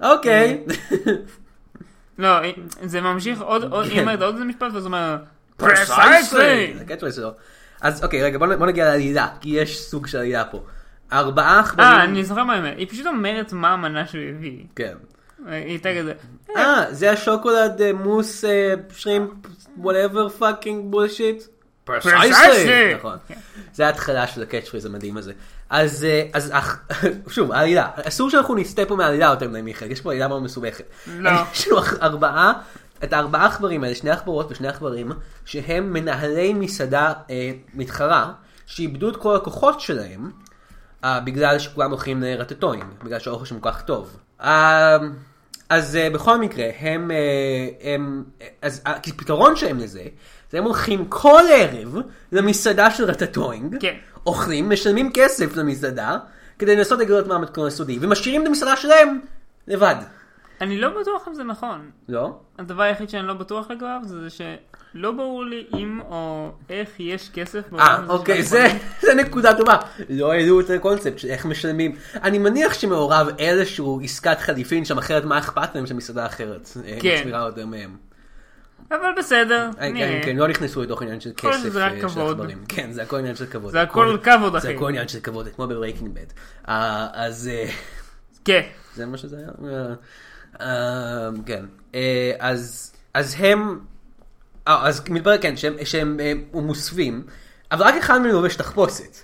[SPEAKER 1] אוקיי.
[SPEAKER 2] לא, זה ממשיך עוד, עוד- היא אומרת עוד איזה משפט, ואז הוא אומר...
[SPEAKER 1] פרסייסלי!
[SPEAKER 2] "Precisely."
[SPEAKER 1] זה הקטע שלו. אז אוקיי, רגע, בוא נ- בוא נגיע לעלילה, כי יש סוג של עלילה פה. ארבעה עכברים...
[SPEAKER 2] אה, אני זוכר מה היא אומרת. היא פשוט אומרת מה המנה שהוא הביא.
[SPEAKER 1] כן.
[SPEAKER 2] היא הייתה כזה...
[SPEAKER 1] אה, זה השוקולד אה, מוס אה, שרימפ, וואטאבר פאקינג בולשיט.
[SPEAKER 2] Precisely.
[SPEAKER 1] נכון. זה ההתחלה של הקאצ' פריז המדהים הזה. אז, אה, אז אך- שוב, העלילה. אסור שאנחנו נסטה פה מהעלילה יותר מדי, מיכאל, יש פה עלילה מאוד מסובכת.
[SPEAKER 2] לא.
[SPEAKER 1] יש לנו אח- ארבעה, את הארבעה עכברים האלה, שני עכברות ושני עכברים, שהם מנהלי מסעדה אה, מתחרה, שאיבדו את כל הכוחות שלהם, אה, בגלל שכולם אוכלים רטטויים, בגלל שהאוכל שם כל כך טוב. אה, אז אה, בכל מקרה, הם, אה, הם, אה, אז הפתרון שלהם לזה, זה הם הולכים כל ערב למסעדה של רטטוינג,
[SPEAKER 2] כן.
[SPEAKER 1] אוכלים, משלמים כסף למסעדה, כדי לנסות לגלות מה המתכון הסודי, ומשאירים את המסעדה שלהם לבד.
[SPEAKER 2] אני לא בטוח אם זה נכון.
[SPEAKER 1] לא?
[SPEAKER 2] הדבר היחיד שאני לא בטוח לגביו זה שלא ברור לי אם או איך יש כסף בעולם
[SPEAKER 1] אה,
[SPEAKER 2] הזה של
[SPEAKER 1] אוקיי, זה,
[SPEAKER 2] הדרכונים.
[SPEAKER 1] זה נקודה טובה. לא העלו את הקונספט של איך משלמים. אני מניח שמעורב איזשהו עסקת חליפין שם, אחרת מה אכפת להם שמסעדה אחרת אה,
[SPEAKER 2] כן.
[SPEAKER 1] מצמירה יותר מהם.
[SPEAKER 2] אבל בסדר,
[SPEAKER 1] אה, כן,
[SPEAKER 2] נראה.
[SPEAKER 1] כן, לא נכנסו לתוך עניין של
[SPEAKER 2] יכול להיות
[SPEAKER 1] כסף
[SPEAKER 2] שזה רק
[SPEAKER 1] אה, של
[SPEAKER 2] כבוד.
[SPEAKER 1] עכברים. כן, זה הכל עניין של כבוד.
[SPEAKER 2] זה הכל כבוד,
[SPEAKER 1] זה
[SPEAKER 2] אחי.
[SPEAKER 1] הכל עניין של כבוד, זה כמו בברייקינג בד. אז אה,
[SPEAKER 2] כן.
[SPEAKER 1] זה מה שזה היה? אה, אה, כן. אה, אז אז הם... אה, אז מתברר כן, שהם- שהם אה, מוסווים, אבל רק אחד מהם לובש תחפושת.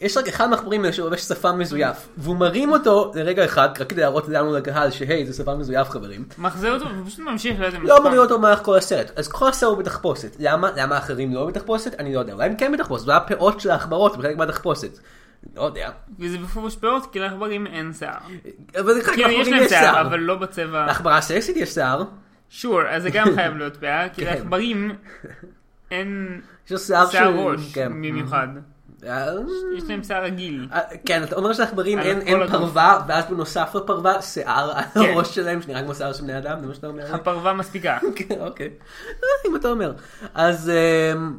[SPEAKER 1] יש רק אחד מהחברים האלה שלובש שפם מזויף, והוא מרים אותו לרגע אחד, רק כדי להראות לנו לקהל שהי, זה שפם מזויף חברים.
[SPEAKER 2] מחזיר אותו ופשוט ממשיך לאיזה
[SPEAKER 1] לא
[SPEAKER 2] מספר.
[SPEAKER 1] אמור להיות במהלך כל הסרט, אז כל הסרט הוא בתחפושת. למה? למה האחרים לא בתחפושת? אני לא יודע, אולי הם כן בתחפושת, אולי הפאות של העכברות בחלק מהתחפושת. לא יודע.
[SPEAKER 2] וזה בפירוש פאות, כי לעכברים אין שיער.
[SPEAKER 1] אבל זה רק
[SPEAKER 2] כאילו יש
[SPEAKER 1] לעכברים
[SPEAKER 2] להם שיער, אבל לא בצבע.
[SPEAKER 1] לעכברה סקסית יש שיער,
[SPEAKER 2] שור, אז זה גם חייב להיות בעיה, כי
[SPEAKER 1] כן.
[SPEAKER 2] לעכברים אין
[SPEAKER 1] יש לו שיער
[SPEAKER 2] שיער
[SPEAKER 1] שהוא-
[SPEAKER 2] ראש
[SPEAKER 1] כן.
[SPEAKER 2] במיוחד.
[SPEAKER 1] אה,
[SPEAKER 2] יש להם שיער רגיל.
[SPEAKER 1] אה, כן, אתה אומר שלעכברים
[SPEAKER 2] על
[SPEAKER 1] אין
[SPEAKER 2] כל
[SPEAKER 1] אין
[SPEAKER 2] הגוף.
[SPEAKER 1] פרווה, ואז בנוסף לפרווה, שיער על
[SPEAKER 2] כן. נכון.
[SPEAKER 1] הראש שלהם, שנראה כמו שיער של בני אדם, זה מה שאתה אומר?
[SPEAKER 2] הפרווה מספיקה.
[SPEAKER 1] כן, אוקיי. אה, אם אתה אומר. אז אמ,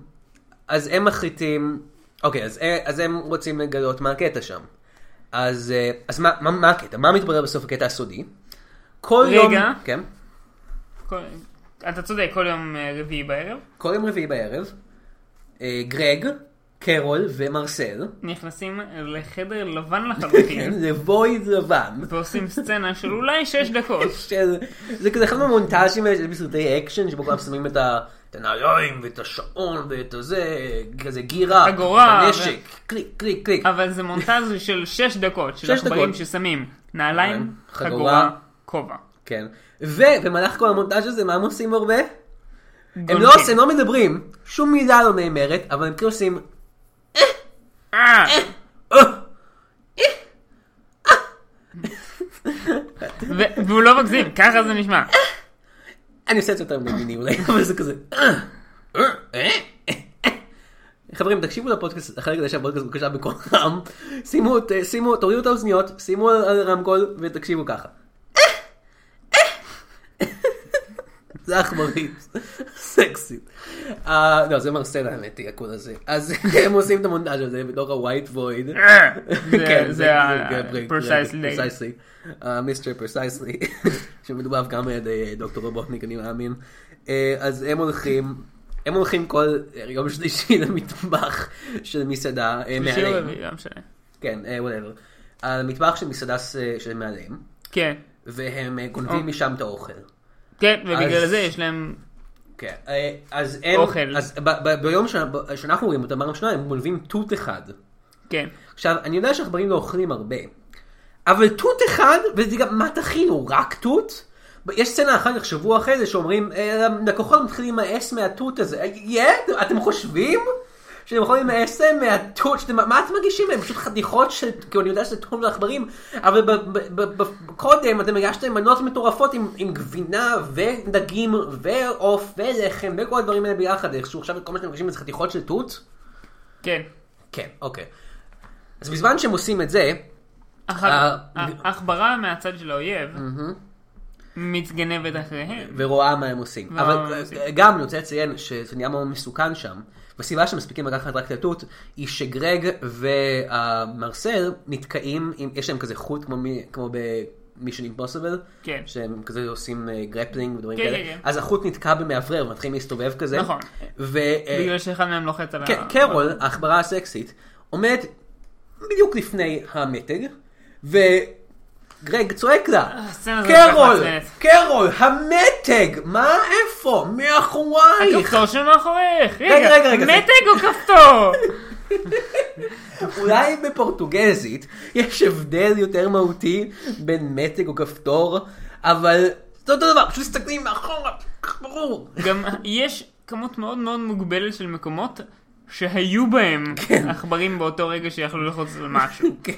[SPEAKER 1] אז הם מחליטים, אוקיי, אז אה, אז הם רוצים לגלות מה הקטע שם. אז אה, אז מה- מה מה הקטע? מה מתברר בסוף הקטע הסודי? כל
[SPEAKER 2] רגע.
[SPEAKER 1] יום... כן.
[SPEAKER 2] כל- אתה צודק, כל יום אה, רביעי בערב.
[SPEAKER 1] כל יום רביעי בערב, אה, גרג, קרול ומרסל,
[SPEAKER 2] נכנסים לחדר לבן
[SPEAKER 1] כן,
[SPEAKER 2] לחלוטין,
[SPEAKER 1] לבויד לבן.
[SPEAKER 2] ועושים סצנה של אולי שש דקות.
[SPEAKER 1] של... זה כזה אחד מהמונטאז'ים האלה שיש בסרטי אקשן שבו כולם שמים את ה- את הנעליים ואת השעון ואת הזה, כזה גירה,
[SPEAKER 2] חגורה,
[SPEAKER 1] את
[SPEAKER 2] ו-
[SPEAKER 1] הנשק, קליק, קליק, קליק.
[SPEAKER 2] אבל זה מונטז של שש דקות, של
[SPEAKER 1] שש
[SPEAKER 2] עכברים
[SPEAKER 1] דקות.
[SPEAKER 2] ששמים נעליים,
[SPEAKER 1] חגורה,
[SPEAKER 2] חגורה, כובע.
[SPEAKER 1] כן. ובמהלך כל המונטאז' הזה, מה הם עושים הרבה? הם
[SPEAKER 2] גונבים.
[SPEAKER 1] לא עושים, הם לא מדברים, שום מילה לא נאמרת, אבל הם כאילו עושים...
[SPEAKER 2] אה,
[SPEAKER 1] "אה,
[SPEAKER 2] ו- והוא לא מגזים, ככה זה נשמע.
[SPEAKER 1] אני עושה את זה יותר מביני אולי, אבל זה כזה... "אה, אה, אה, אה." חברים, תקשיבו לפודקאסט, החלק הזה של הפודקאסט בבקשה בקול רם. שימו, את- אה, שימו, תורידו את האוזניות, שימו על- על הרמקול ותקשיבו ככה. "אה, אה." זה עכברית, סקסית. אה, לא, זה מרסל האמת, היא הקול הזה. אז הם עושים את המונטאז' הזה בתור הווייט וויד.
[SPEAKER 2] אה,
[SPEAKER 1] כן,
[SPEAKER 2] זה- זה ה-precisely.
[SPEAKER 1] פרסייסלי. מיסטר פרסייסלי, שמדובב גם על ידי אה, דוקטור רובוטניק, אני מאמין. אה, אז הם הולכים, הם הולכים כל אה, יום שלישי למטבח של מסעדה אה, מעליהם. כן, וואטאבר. המטבח של מסעדה ס- אה, של מעליהם,
[SPEAKER 2] כן,
[SPEAKER 1] והם אה, גונבים משם את האוכל.
[SPEAKER 2] כן, ובגלל
[SPEAKER 1] אז-
[SPEAKER 2] זה יש להם...
[SPEAKER 1] כן, אה, אז הם,
[SPEAKER 2] אוכל.
[SPEAKER 1] אז ב- ב- ביום ש- ב- שאנחנו רואים אותם, פעם ראשונה, הם גונבים תות אחד.
[SPEAKER 2] כן.
[SPEAKER 1] עכשיו, אני יודע שעכברים לא אוכלים הרבה, אבל תות אחד, וזה גם, מה תכינו? רק תות? יש סצנה אחר כך, שבוע אחרי זה, שאומרים, "אה, לקוחות מתחילים להימאס מהתות הזה. יא, אתם חושבים? שאתם יכולים להימאס להם מהתות, שאתם, מה אתם מגישים להם? פשוט חתיכות של, כאילו, אני יודע שזה תות ועכברים, אבל ב- ב- ב- ב- קודם אתם הגשתם מנות מטורפות עם, עם גבינה ודגים ועוף ולחם וכל הדברים האלה ביחד, איכשהו עכשיו כל מה שאתם מגישים זה חתיכות של תות?
[SPEAKER 2] כן.
[SPEAKER 1] כן, אוקיי. אז בזמן שהם עושים את זה,
[SPEAKER 2] אחר-
[SPEAKER 1] אה,
[SPEAKER 2] העכברה מהצד של האויב מתגנבת אחריהם.
[SPEAKER 1] ורואה מה הם עושים.
[SPEAKER 2] מה
[SPEAKER 1] אבל
[SPEAKER 2] הם עושים.
[SPEAKER 1] גם אני רוצה לציין שזה נהיה מאוד מסוכן שם. והסיבה שמספיקים לקחת רק את התות, היא שגרג ומרסל נתקעים, עם, יש להם כזה חוט כמו, מי- כמו במישן אימפוסיבל,
[SPEAKER 2] כן.
[SPEAKER 1] שהם כזה עושים אה, גרפלינג ודברים
[SPEAKER 2] כן,
[SPEAKER 1] כאלה,
[SPEAKER 2] כן, כן.
[SPEAKER 1] אז החוט נתקע במאוורר ומתחילים להסתובב כזה.
[SPEAKER 2] נכון.
[SPEAKER 1] ו, אה,
[SPEAKER 2] בגלל שאחד מהם לוחץ על ה...
[SPEAKER 1] כן, קרול, העכברה הסקסית, עומדת בדיוק לפני המתג, וגרג צועק לה,
[SPEAKER 2] הסצנה הזאת לא כל
[SPEAKER 1] קרול,
[SPEAKER 2] כך מעצבנת.
[SPEAKER 1] קרול, המתג, מה, איפה, מאחורייך,
[SPEAKER 2] הכפתור שמאחוריך!
[SPEAKER 1] רגע, רגע,
[SPEAKER 2] רגע,
[SPEAKER 1] רגע, זה-
[SPEAKER 2] מתג או כפתור?
[SPEAKER 1] אולי בפורטוגזית יש הבדל יותר מהותי בין מתג או כפתור, אבל זה אותו דבר, פשוט מסתכלים מאחורה, ברור.
[SPEAKER 2] גם יש כמות מאוד מאוד מוגבלת של מקומות שהיו בהם עכברים באותו רגע שיכלו לחוץ על משהו.
[SPEAKER 1] כן,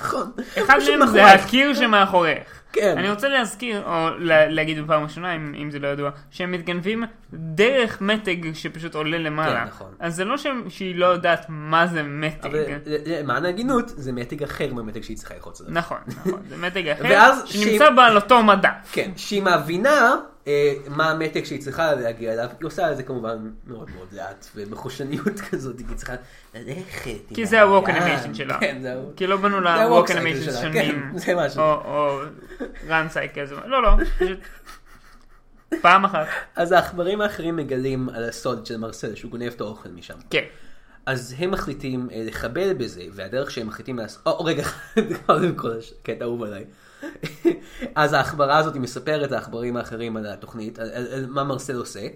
[SPEAKER 1] נכון.
[SPEAKER 2] אחד
[SPEAKER 1] פשוט
[SPEAKER 2] מהם זה
[SPEAKER 1] מאחורייך.
[SPEAKER 2] הקיר שמאחורך.
[SPEAKER 1] כן.
[SPEAKER 2] אני רוצה להזכיר, או לה, להגיד בפעם הראשונה, אם, אם זה לא ידוע, שהם מתגנבים דרך מתג שפשוט עולה למעלה.
[SPEAKER 1] כן, נכון.
[SPEAKER 2] אז זה לא שהם, שהיא לא יודעת מה זה מתג.
[SPEAKER 1] אבל למען ההגינות, זה מתג אחר מהמתג שהיא צריכה ללחוץ עליו.
[SPEAKER 2] נכון, נכון, זה מתג אחר,
[SPEAKER 1] ואז
[SPEAKER 2] שנמצא
[SPEAKER 1] שהיא-
[SPEAKER 2] בה על אותו מדף.
[SPEAKER 1] כן, שהיא מבינה אה, מה המתג שהיא צריכה להגיע אליו, היא עושה את זה כמובן מאוד מאוד לאט ובחושניות כזאת, כי היא צריכה ללכת. עם
[SPEAKER 2] כי זה ה-Walk
[SPEAKER 1] היד.
[SPEAKER 2] Animation שלה.
[SPEAKER 1] כן, זה ה-
[SPEAKER 2] כי לא בנו לה
[SPEAKER 1] זה
[SPEAKER 2] Walk
[SPEAKER 1] ה-Walk Cycle
[SPEAKER 2] Animation
[SPEAKER 1] שלה,
[SPEAKER 2] שונים.
[SPEAKER 1] כן, זה משהו.
[SPEAKER 2] או- או run cycle. זה- לא, לא, פשוט פעם אחת.
[SPEAKER 1] אז העכברים האחרים מגלים על הסוד של מרסל, שהוא גונב את האוכל משם.
[SPEAKER 2] כן.
[SPEAKER 1] אז הם מחליטים אה, לחבל בזה, והדרך שהם מחליטים לעשות... או, רגע, קודם כל, יש קטע אהוב עליי. אז העכברה הזאת היא מספרת לעכברים האחרים על התוכנית, על, על, על מה מרסל עושה.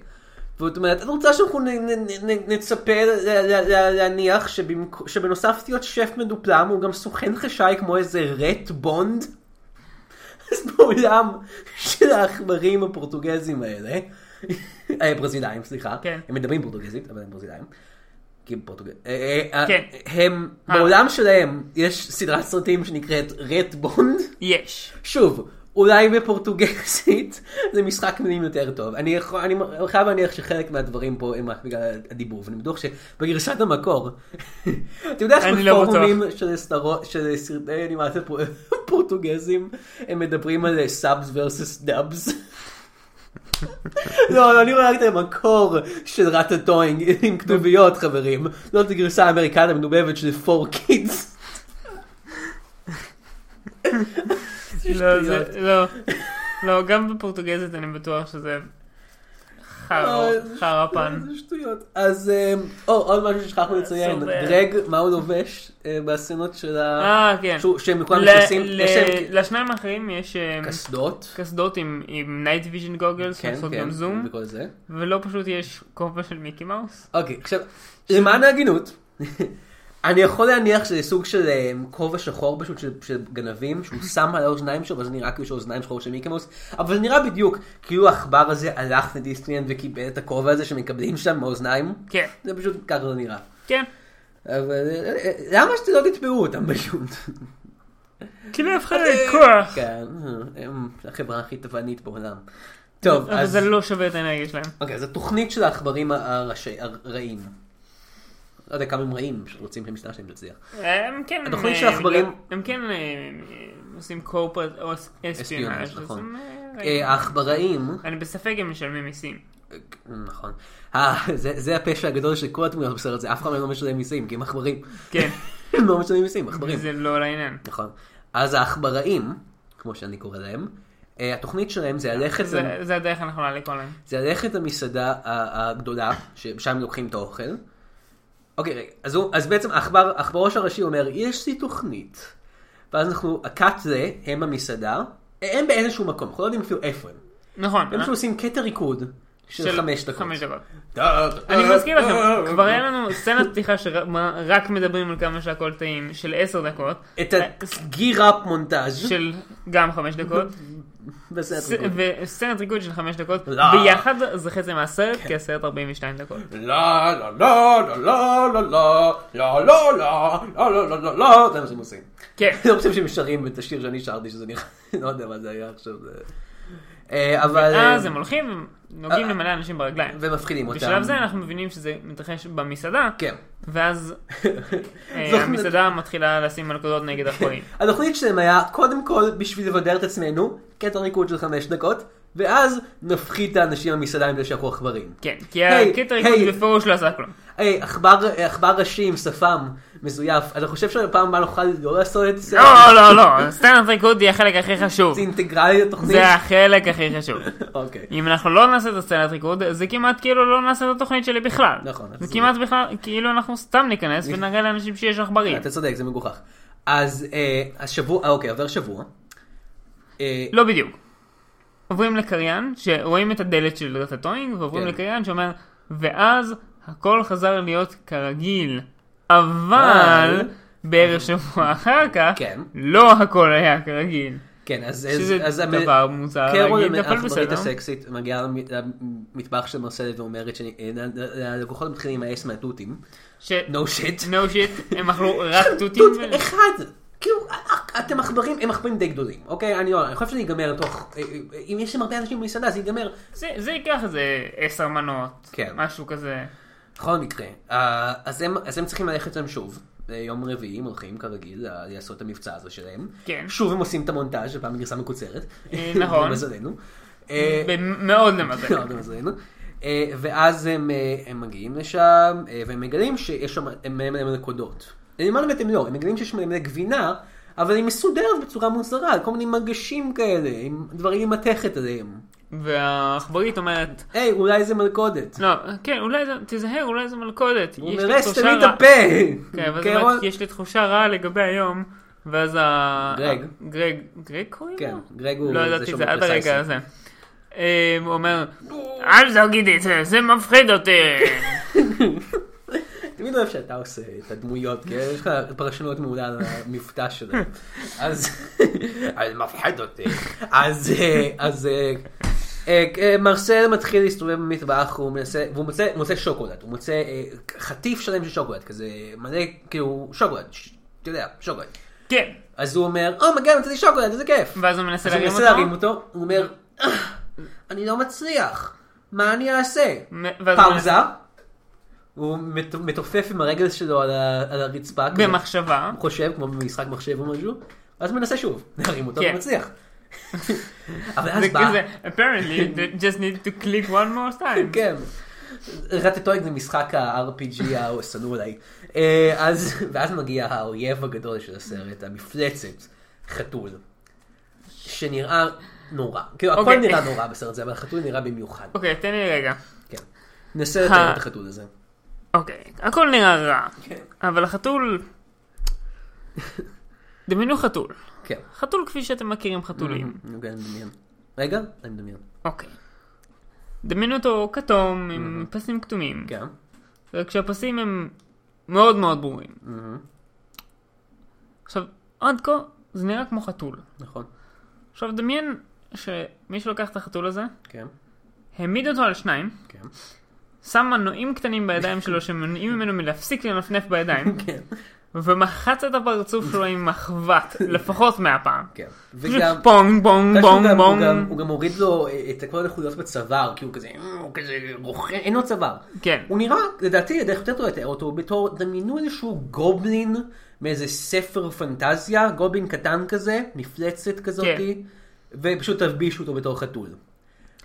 [SPEAKER 1] ואת אומרת, את רוצה שאנחנו נ- נ- נ- נצפה ל- ל- ל- להניח שבמק- שבנוסף להיות שף מדופלם, הוא גם סוכן חשאי כמו איזה רט בונד? אז בעולם של העכברים הפורטוגזים האלה, אה, ברזילאים, סליחה,
[SPEAKER 2] כן.
[SPEAKER 1] הם מדברים פורטוגזית, אבל הם ברזילאים. כי הם פורטוגל... אה, אה,
[SPEAKER 2] כן.
[SPEAKER 1] אה, הם,
[SPEAKER 2] אה.
[SPEAKER 1] בעולם שלהם יש סדרת סרטים שנקראת רט בונד.
[SPEAKER 2] יש.
[SPEAKER 1] שוב, אולי בפורטוגזית זה משחק מילים יותר טוב. אני, יכול, אני חייב להניח שחלק מהדברים פה הם רק בגלל הדיבור, ואני בטוח שבגרשת המקור, אתה יודע איך
[SPEAKER 2] אני לא
[SPEAKER 1] בפורומים של, סדרות, של סרטי אנימציה פור- פורטוגזים הם מדברים על סאבס versus דאבס? לא, לא, אני רואה רק את המקור של ראטה טוינג עם כתוביות, חברים. לא את הגרסה האמריקאית המדובבת של 4 kids.
[SPEAKER 2] לא, זה- לא. לא, גם בפורטוגזית אני בטוח שזה חרא
[SPEAKER 1] אה, זה
[SPEAKER 2] חרא
[SPEAKER 1] שטויות,
[SPEAKER 2] פן.
[SPEAKER 1] זה שטויות. אז אמ, או, עוד משהו ששכחנו לציין,
[SPEAKER 2] אה, סובל.
[SPEAKER 1] גרג, מה הוא לובש אה, בסצנות של ה...
[SPEAKER 2] אה, כן.
[SPEAKER 1] שהוא- שהם כולם
[SPEAKER 2] ל-
[SPEAKER 1] נכנסים,
[SPEAKER 2] ל-
[SPEAKER 1] יש להם
[SPEAKER 2] לשניים האחרים יש אה,
[SPEAKER 1] קסדות,
[SPEAKER 2] קסדות עם- עם נייט ויז'ן גוגלס,
[SPEAKER 1] כן,
[SPEAKER 2] לעשות
[SPEAKER 1] כן,
[SPEAKER 2] גם זום,
[SPEAKER 1] וכל זה.
[SPEAKER 2] ולא פשוט יש כובע של מיקי מאוס.
[SPEAKER 1] אוקיי, עכשיו, למען ההגינות, אני יכול להניח שזה סוג של אה, כובע שחור פשוט של, של גנבים, שהוא שם על האוזניים שלו, וזה נראה כאילו שהאוזניים שחור של מיקי מאוס, אבל זה נראה בדיוק כאילו העכבר הזה הלך לדיסנילנד וקיבל את הכובע הזה שמקבלים שם מהאוזניים.
[SPEAKER 2] כן,
[SPEAKER 1] זה פשוט ככה זה נראה.
[SPEAKER 2] כן.
[SPEAKER 1] אבל אה, אה, למה שלא תתבעו אותם פשוט?
[SPEAKER 2] כי
[SPEAKER 1] כאילו,
[SPEAKER 2] לא יבחרי כוח.
[SPEAKER 1] כן, הם החברה הכי תובענית בעולם. טוב,
[SPEAKER 2] אבל
[SPEAKER 1] אז...
[SPEAKER 2] זה לא שווה את האנרגיה שלהם.
[SPEAKER 1] אוקיי, אז התוכנית של העכברים הראשי- הרעים. לא יודע כמה הם רעים, שרוצים שהמשנה שלהם תצליח.
[SPEAKER 2] הם כן...
[SPEAKER 1] התוכנית
[SPEAKER 2] אה,
[SPEAKER 1] של העכברים-
[SPEAKER 2] הם כן אה, אה, עושים קורפרט או
[SPEAKER 1] אספיונאז',
[SPEAKER 2] אספיונאז'. אז
[SPEAKER 1] נכון.
[SPEAKER 2] הם, אה,
[SPEAKER 1] אה, העכבראים,
[SPEAKER 2] אני בספק אם משלמים מיסים.
[SPEAKER 1] נכון, אה, זה זה הפשע הגדול של כל התמונות בסרט זה, אף אחד מהם לא משלם מיסים, כי הם עכברים.
[SPEAKER 2] כן,
[SPEAKER 1] הם לא משלמים מיסים, עכברים.
[SPEAKER 2] זה לא לעניין.
[SPEAKER 1] נכון. אז העכבראים, כמו שאני קורא להם, אה, התוכנית שלהם זה ללכת...
[SPEAKER 2] זה- זה הדרך הנכונה לקרוא להם.
[SPEAKER 1] זה ללכת למסעדה ה- הגדולה, ששם לוקחים את האוכל. אוקיי, רגע, אז, הוא, אז בעצם העכבר- העכברוש הראשי אומר, יש לי תוכנית. ואז אנחנו, הקאטלה, הם המסעדה, הם באיזשהו מקום, אנחנו לא יודעים אפילו איפה הם.
[SPEAKER 2] נכון.
[SPEAKER 1] הם פשוט עושים קטע ריקוד של חמש דקות. אה,
[SPEAKER 2] חמש דקות. אני מזכיר לכם, כבר היה לנו סצנת פתיחה שרק מדברים על כמה שהכל טעים של עשר דקות,
[SPEAKER 1] את הגיראפ מונטאז'
[SPEAKER 2] של גם חמש
[SPEAKER 1] אה,
[SPEAKER 2] דקות, ס-
[SPEAKER 1] בסרט ריקוד.
[SPEAKER 2] וסצנת ריקוד של חמש דקות,
[SPEAKER 1] אה, לא. כן.
[SPEAKER 2] ביחד זה חצי מהסרט, כי הסרט 42 דקות.
[SPEAKER 1] לה לה לה לה לה לה לה לה לה לה לה לה לה לה זה מה שהם עושים.
[SPEAKER 2] כן.
[SPEAKER 1] אני לא חושב שהם שרים את השיר שאני שרתי שזה נראה, לא יודע מה זה היה עכשיו. זה- אה, אבל...
[SPEAKER 2] אז הם הולכים, נוגעים
[SPEAKER 1] אה,
[SPEAKER 2] למלא אנשים ברגליים.
[SPEAKER 1] ומפחידים אותם.
[SPEAKER 2] בשלב זה אנחנו מבינים שזה מתרחש במסעדה,
[SPEAKER 1] כן.
[SPEAKER 2] ואז אה,
[SPEAKER 1] זאת-
[SPEAKER 2] המסעדה מתחילה לשים מלכודות נגד החולים.
[SPEAKER 1] התוכנית שלהם היה, קודם כל, בשביל לבדר את עצמנו, קטע ריקוד של חמש דקות, ואז נפחית את האנשים במסעדה עם זה שאנחנו עכברים.
[SPEAKER 2] כן, כי
[SPEAKER 1] היי,
[SPEAKER 2] הקטע
[SPEAKER 1] היי.
[SPEAKER 2] ריקוד בפירוש לא עשה כלום.
[SPEAKER 1] היי, עכבר עכבר ראשי עם שפם מזויף, אתה חושב שבפעם הבאה נוכל לא לעשות את זה?
[SPEAKER 2] לא, לא, לא, סצנת ריקוד היא החלק הכי חשוב.
[SPEAKER 1] זה אינטגרלי לתוכנית?
[SPEAKER 2] זה החלק הכי חשוב.
[SPEAKER 1] אוקיי.
[SPEAKER 2] אם אנחנו לא נעשה את הסצנת ריקוד, זה כמעט כאילו לא נעשה את התוכנית שלי בכלל.
[SPEAKER 1] נכון, אתה
[SPEAKER 2] זה
[SPEAKER 1] צודק.
[SPEAKER 2] כמעט בכלל, כאילו אנחנו סתם ניכנס ונראה לאנשים שיש עכברים.
[SPEAKER 1] אתה צודק, זה מגוחך. אז אה, השבוע, אה, אוקיי, עובר שבוע. אה,
[SPEAKER 2] לא בדיוק. עוברים לקריין, שרואים את הדלת של רטטוינג, ועוברים
[SPEAKER 1] כן.
[SPEAKER 2] לקריין שאומר, ואז הכל חזר להיות כרגיל,
[SPEAKER 1] אבל-
[SPEAKER 2] אבל בערב שבוע אחר כך,
[SPEAKER 1] כן. לא
[SPEAKER 2] לא הכל היה כרגיל.
[SPEAKER 1] כן, אז...
[SPEAKER 2] שזה
[SPEAKER 1] אז- אז המ- כן,
[SPEAKER 2] דבר מוזר
[SPEAKER 1] קרול,
[SPEAKER 2] להגיד, אבל
[SPEAKER 1] העכברית
[SPEAKER 2] בסדר.
[SPEAKER 1] הסקסית, אה, מגיעה למ- למטבח של מרסלת ואומרת שהלקוחות מתחילים להימאס מהתותים.
[SPEAKER 2] ש...
[SPEAKER 1] No shit.
[SPEAKER 2] נו שיט, הם אכלו רק תותים.
[SPEAKER 1] תות אחד. כאילו, אתם עכברים, הם עכברים די גדולים, אוקיי? אני לא, אני חושב שזה ייגמר תוך... אה, אם יש שם הרבה אנשים במסעדה, זה ייגמר.
[SPEAKER 2] זה- זה ייקח איזה עשר מנות,
[SPEAKER 1] כן.
[SPEAKER 2] משהו כזה.
[SPEAKER 1] בכל מקרה, אה, אז הם, אז הם צריכים ללכת שם שוב. אה, יום רביעי הם הולכים כרגיל אה, לעשות את המבצע הזה שלהם.
[SPEAKER 2] כן.
[SPEAKER 1] שוב הם עושים את המונטאז', הפעם גרסה מקוצרת.
[SPEAKER 2] אה, נכון.
[SPEAKER 1] למזלנו. אה, לא.
[SPEAKER 2] ב- מאוד למזל.
[SPEAKER 1] מאוד מזלנו. אה, ואז הם, אה, הם מגיעים לשם, אה, והם מגלים שיש שם מלא מלא מלכודות. למען האמת הם לא, הם מגלים שיש מלא מלא גבינה, אבל היא מסודרת בצורה מוזרה, כל מיני מגשים כאלה, עם דברים עם מתכת עליהם.
[SPEAKER 2] והעכברית אומרת,
[SPEAKER 1] היי, אולי זה מלכודת.
[SPEAKER 2] לא, כן, אולי זה, תיזהר, אולי זה מלכודת.
[SPEAKER 1] הוא
[SPEAKER 2] יש לי
[SPEAKER 1] מרס
[SPEAKER 2] תחושה
[SPEAKER 1] תמיד את
[SPEAKER 2] רע."
[SPEAKER 1] הפה.
[SPEAKER 2] כן, אבל זה
[SPEAKER 1] כן,
[SPEAKER 2] אומרת,
[SPEAKER 1] רון?
[SPEAKER 2] יש לי תחושה רעה לגבי היום, ואז ה...
[SPEAKER 1] גרג.
[SPEAKER 2] גרג, גרג קוראים לו?
[SPEAKER 1] כן, גרג הוא
[SPEAKER 2] לא
[SPEAKER 1] זה
[SPEAKER 2] ידעתי את זה
[SPEAKER 1] שאומר
[SPEAKER 2] עד הרגע
[SPEAKER 1] פרסייסי.
[SPEAKER 2] הזה. אה, הוא אומר, אל תגיד את זה, זה מפחיד אותי.
[SPEAKER 1] תמיד אוהב שאתה עושה את הדמויות, כי יש לך פרשנות מעולה על המבטא שלהם. אז... אז מפחד אותי. אז... אה, אז... אה, אה, אה, מרסל מתחיל להסתובב במטבח, הוא מנסה, והוא מוצא, מוצא שוקולד, הוא מוצא אה, חטיף שלם של שוקולד, כזה מלא, כאילו, שוקולד, ש- אתה יודע, שוקולד.
[SPEAKER 2] כן.
[SPEAKER 1] אז הוא אומר, "Oh או מגיע, מצאתי שוקולד, איזה כיף.
[SPEAKER 2] ואז הוא מנסה
[SPEAKER 1] אז הוא
[SPEAKER 2] להרים
[SPEAKER 1] מנסה להרים
[SPEAKER 2] אותו.
[SPEAKER 1] אותו, הוא אומר, "אה, אני לא מצליח, מה אני אעשה?
[SPEAKER 2] מ- ואז הוא
[SPEAKER 1] פאוזה,
[SPEAKER 2] מנסה-
[SPEAKER 1] הוא מת- מתעופף עם הרגל שלו על ה- על הרצפה, כזה.
[SPEAKER 2] במחשבה.
[SPEAKER 1] הוא חושב, כמו במשחק מחשב או משהו, אז מנסה שוב, להרים אותו
[SPEAKER 2] כן.
[SPEAKER 1] ומצליח. אבל אז
[SPEAKER 2] זה
[SPEAKER 1] בא,
[SPEAKER 2] כזה, apparently, they just need to click one more time.
[SPEAKER 1] כן. רטטויג זה משחק ה-RPG השנוא עליי. אה, אז, ואז מגיע האויב הגדול של הסרט, המפלצת, חתול, שנראה נורא. כאילו, הכל
[SPEAKER 2] אוקיי.
[SPEAKER 1] נראה נורא בסרט הזה, אבל החתול נראה במיוחד.
[SPEAKER 2] אוקיי, תן לי רגע.
[SPEAKER 1] כן. ננסה לתאר את החתול הזה.
[SPEAKER 2] אוקיי, הכל נראה רע.
[SPEAKER 1] כן.
[SPEAKER 2] אבל החתול... דמיינו חתול.
[SPEAKER 1] כן.
[SPEAKER 2] חתול כפי שאתם מכירים חתולים.
[SPEAKER 1] רגע, אוקיי, אני מדמיין. רגע, אני מדמיין.
[SPEAKER 2] אוקיי. דמיינו אותו כתום עם פסים כתומים.
[SPEAKER 1] כן.
[SPEAKER 2] רק שהפסים הם מאוד מאוד ברורים. עכשיו, עד כה זה נראה כמו חתול.
[SPEAKER 1] נכון.
[SPEAKER 2] עכשיו דמיין שמישהו לקח את החתול הזה,
[SPEAKER 1] כן.
[SPEAKER 2] העמיד אותו על שניים,
[SPEAKER 1] כן.
[SPEAKER 2] שם מנועים קטנים בידיים שלו שמונעים ממנו מלהפסיק לנפנף בידיים,
[SPEAKER 1] כן.
[SPEAKER 2] ומחץ את הפרצוף שלו עם מחבת, לפחות מאה פעם.
[SPEAKER 1] כן.
[SPEAKER 2] פשוט
[SPEAKER 1] וגם...
[SPEAKER 2] פונג, בונג,
[SPEAKER 1] אחרי שהוא
[SPEAKER 2] בונג,
[SPEAKER 1] גם- הוא
[SPEAKER 2] בונג.
[SPEAKER 1] גם- הוא גם הוריד לו אה, את כל הנקודות בצוואר, כי הוא כזה, אה, הוא כזה רוכן, אין לו צוואר.
[SPEAKER 2] כן.
[SPEAKER 1] הוא נראה, לדעתי, הדרך יותר טובה לתאר אותו, בתור, דמיינו איזשהו גובלין מאיזה ספר פנטזיה, גובלין קטן כזה, מפלצת כזאתי, ופשוט תלבישו אותו בתור חתול.
[SPEAKER 2] כן.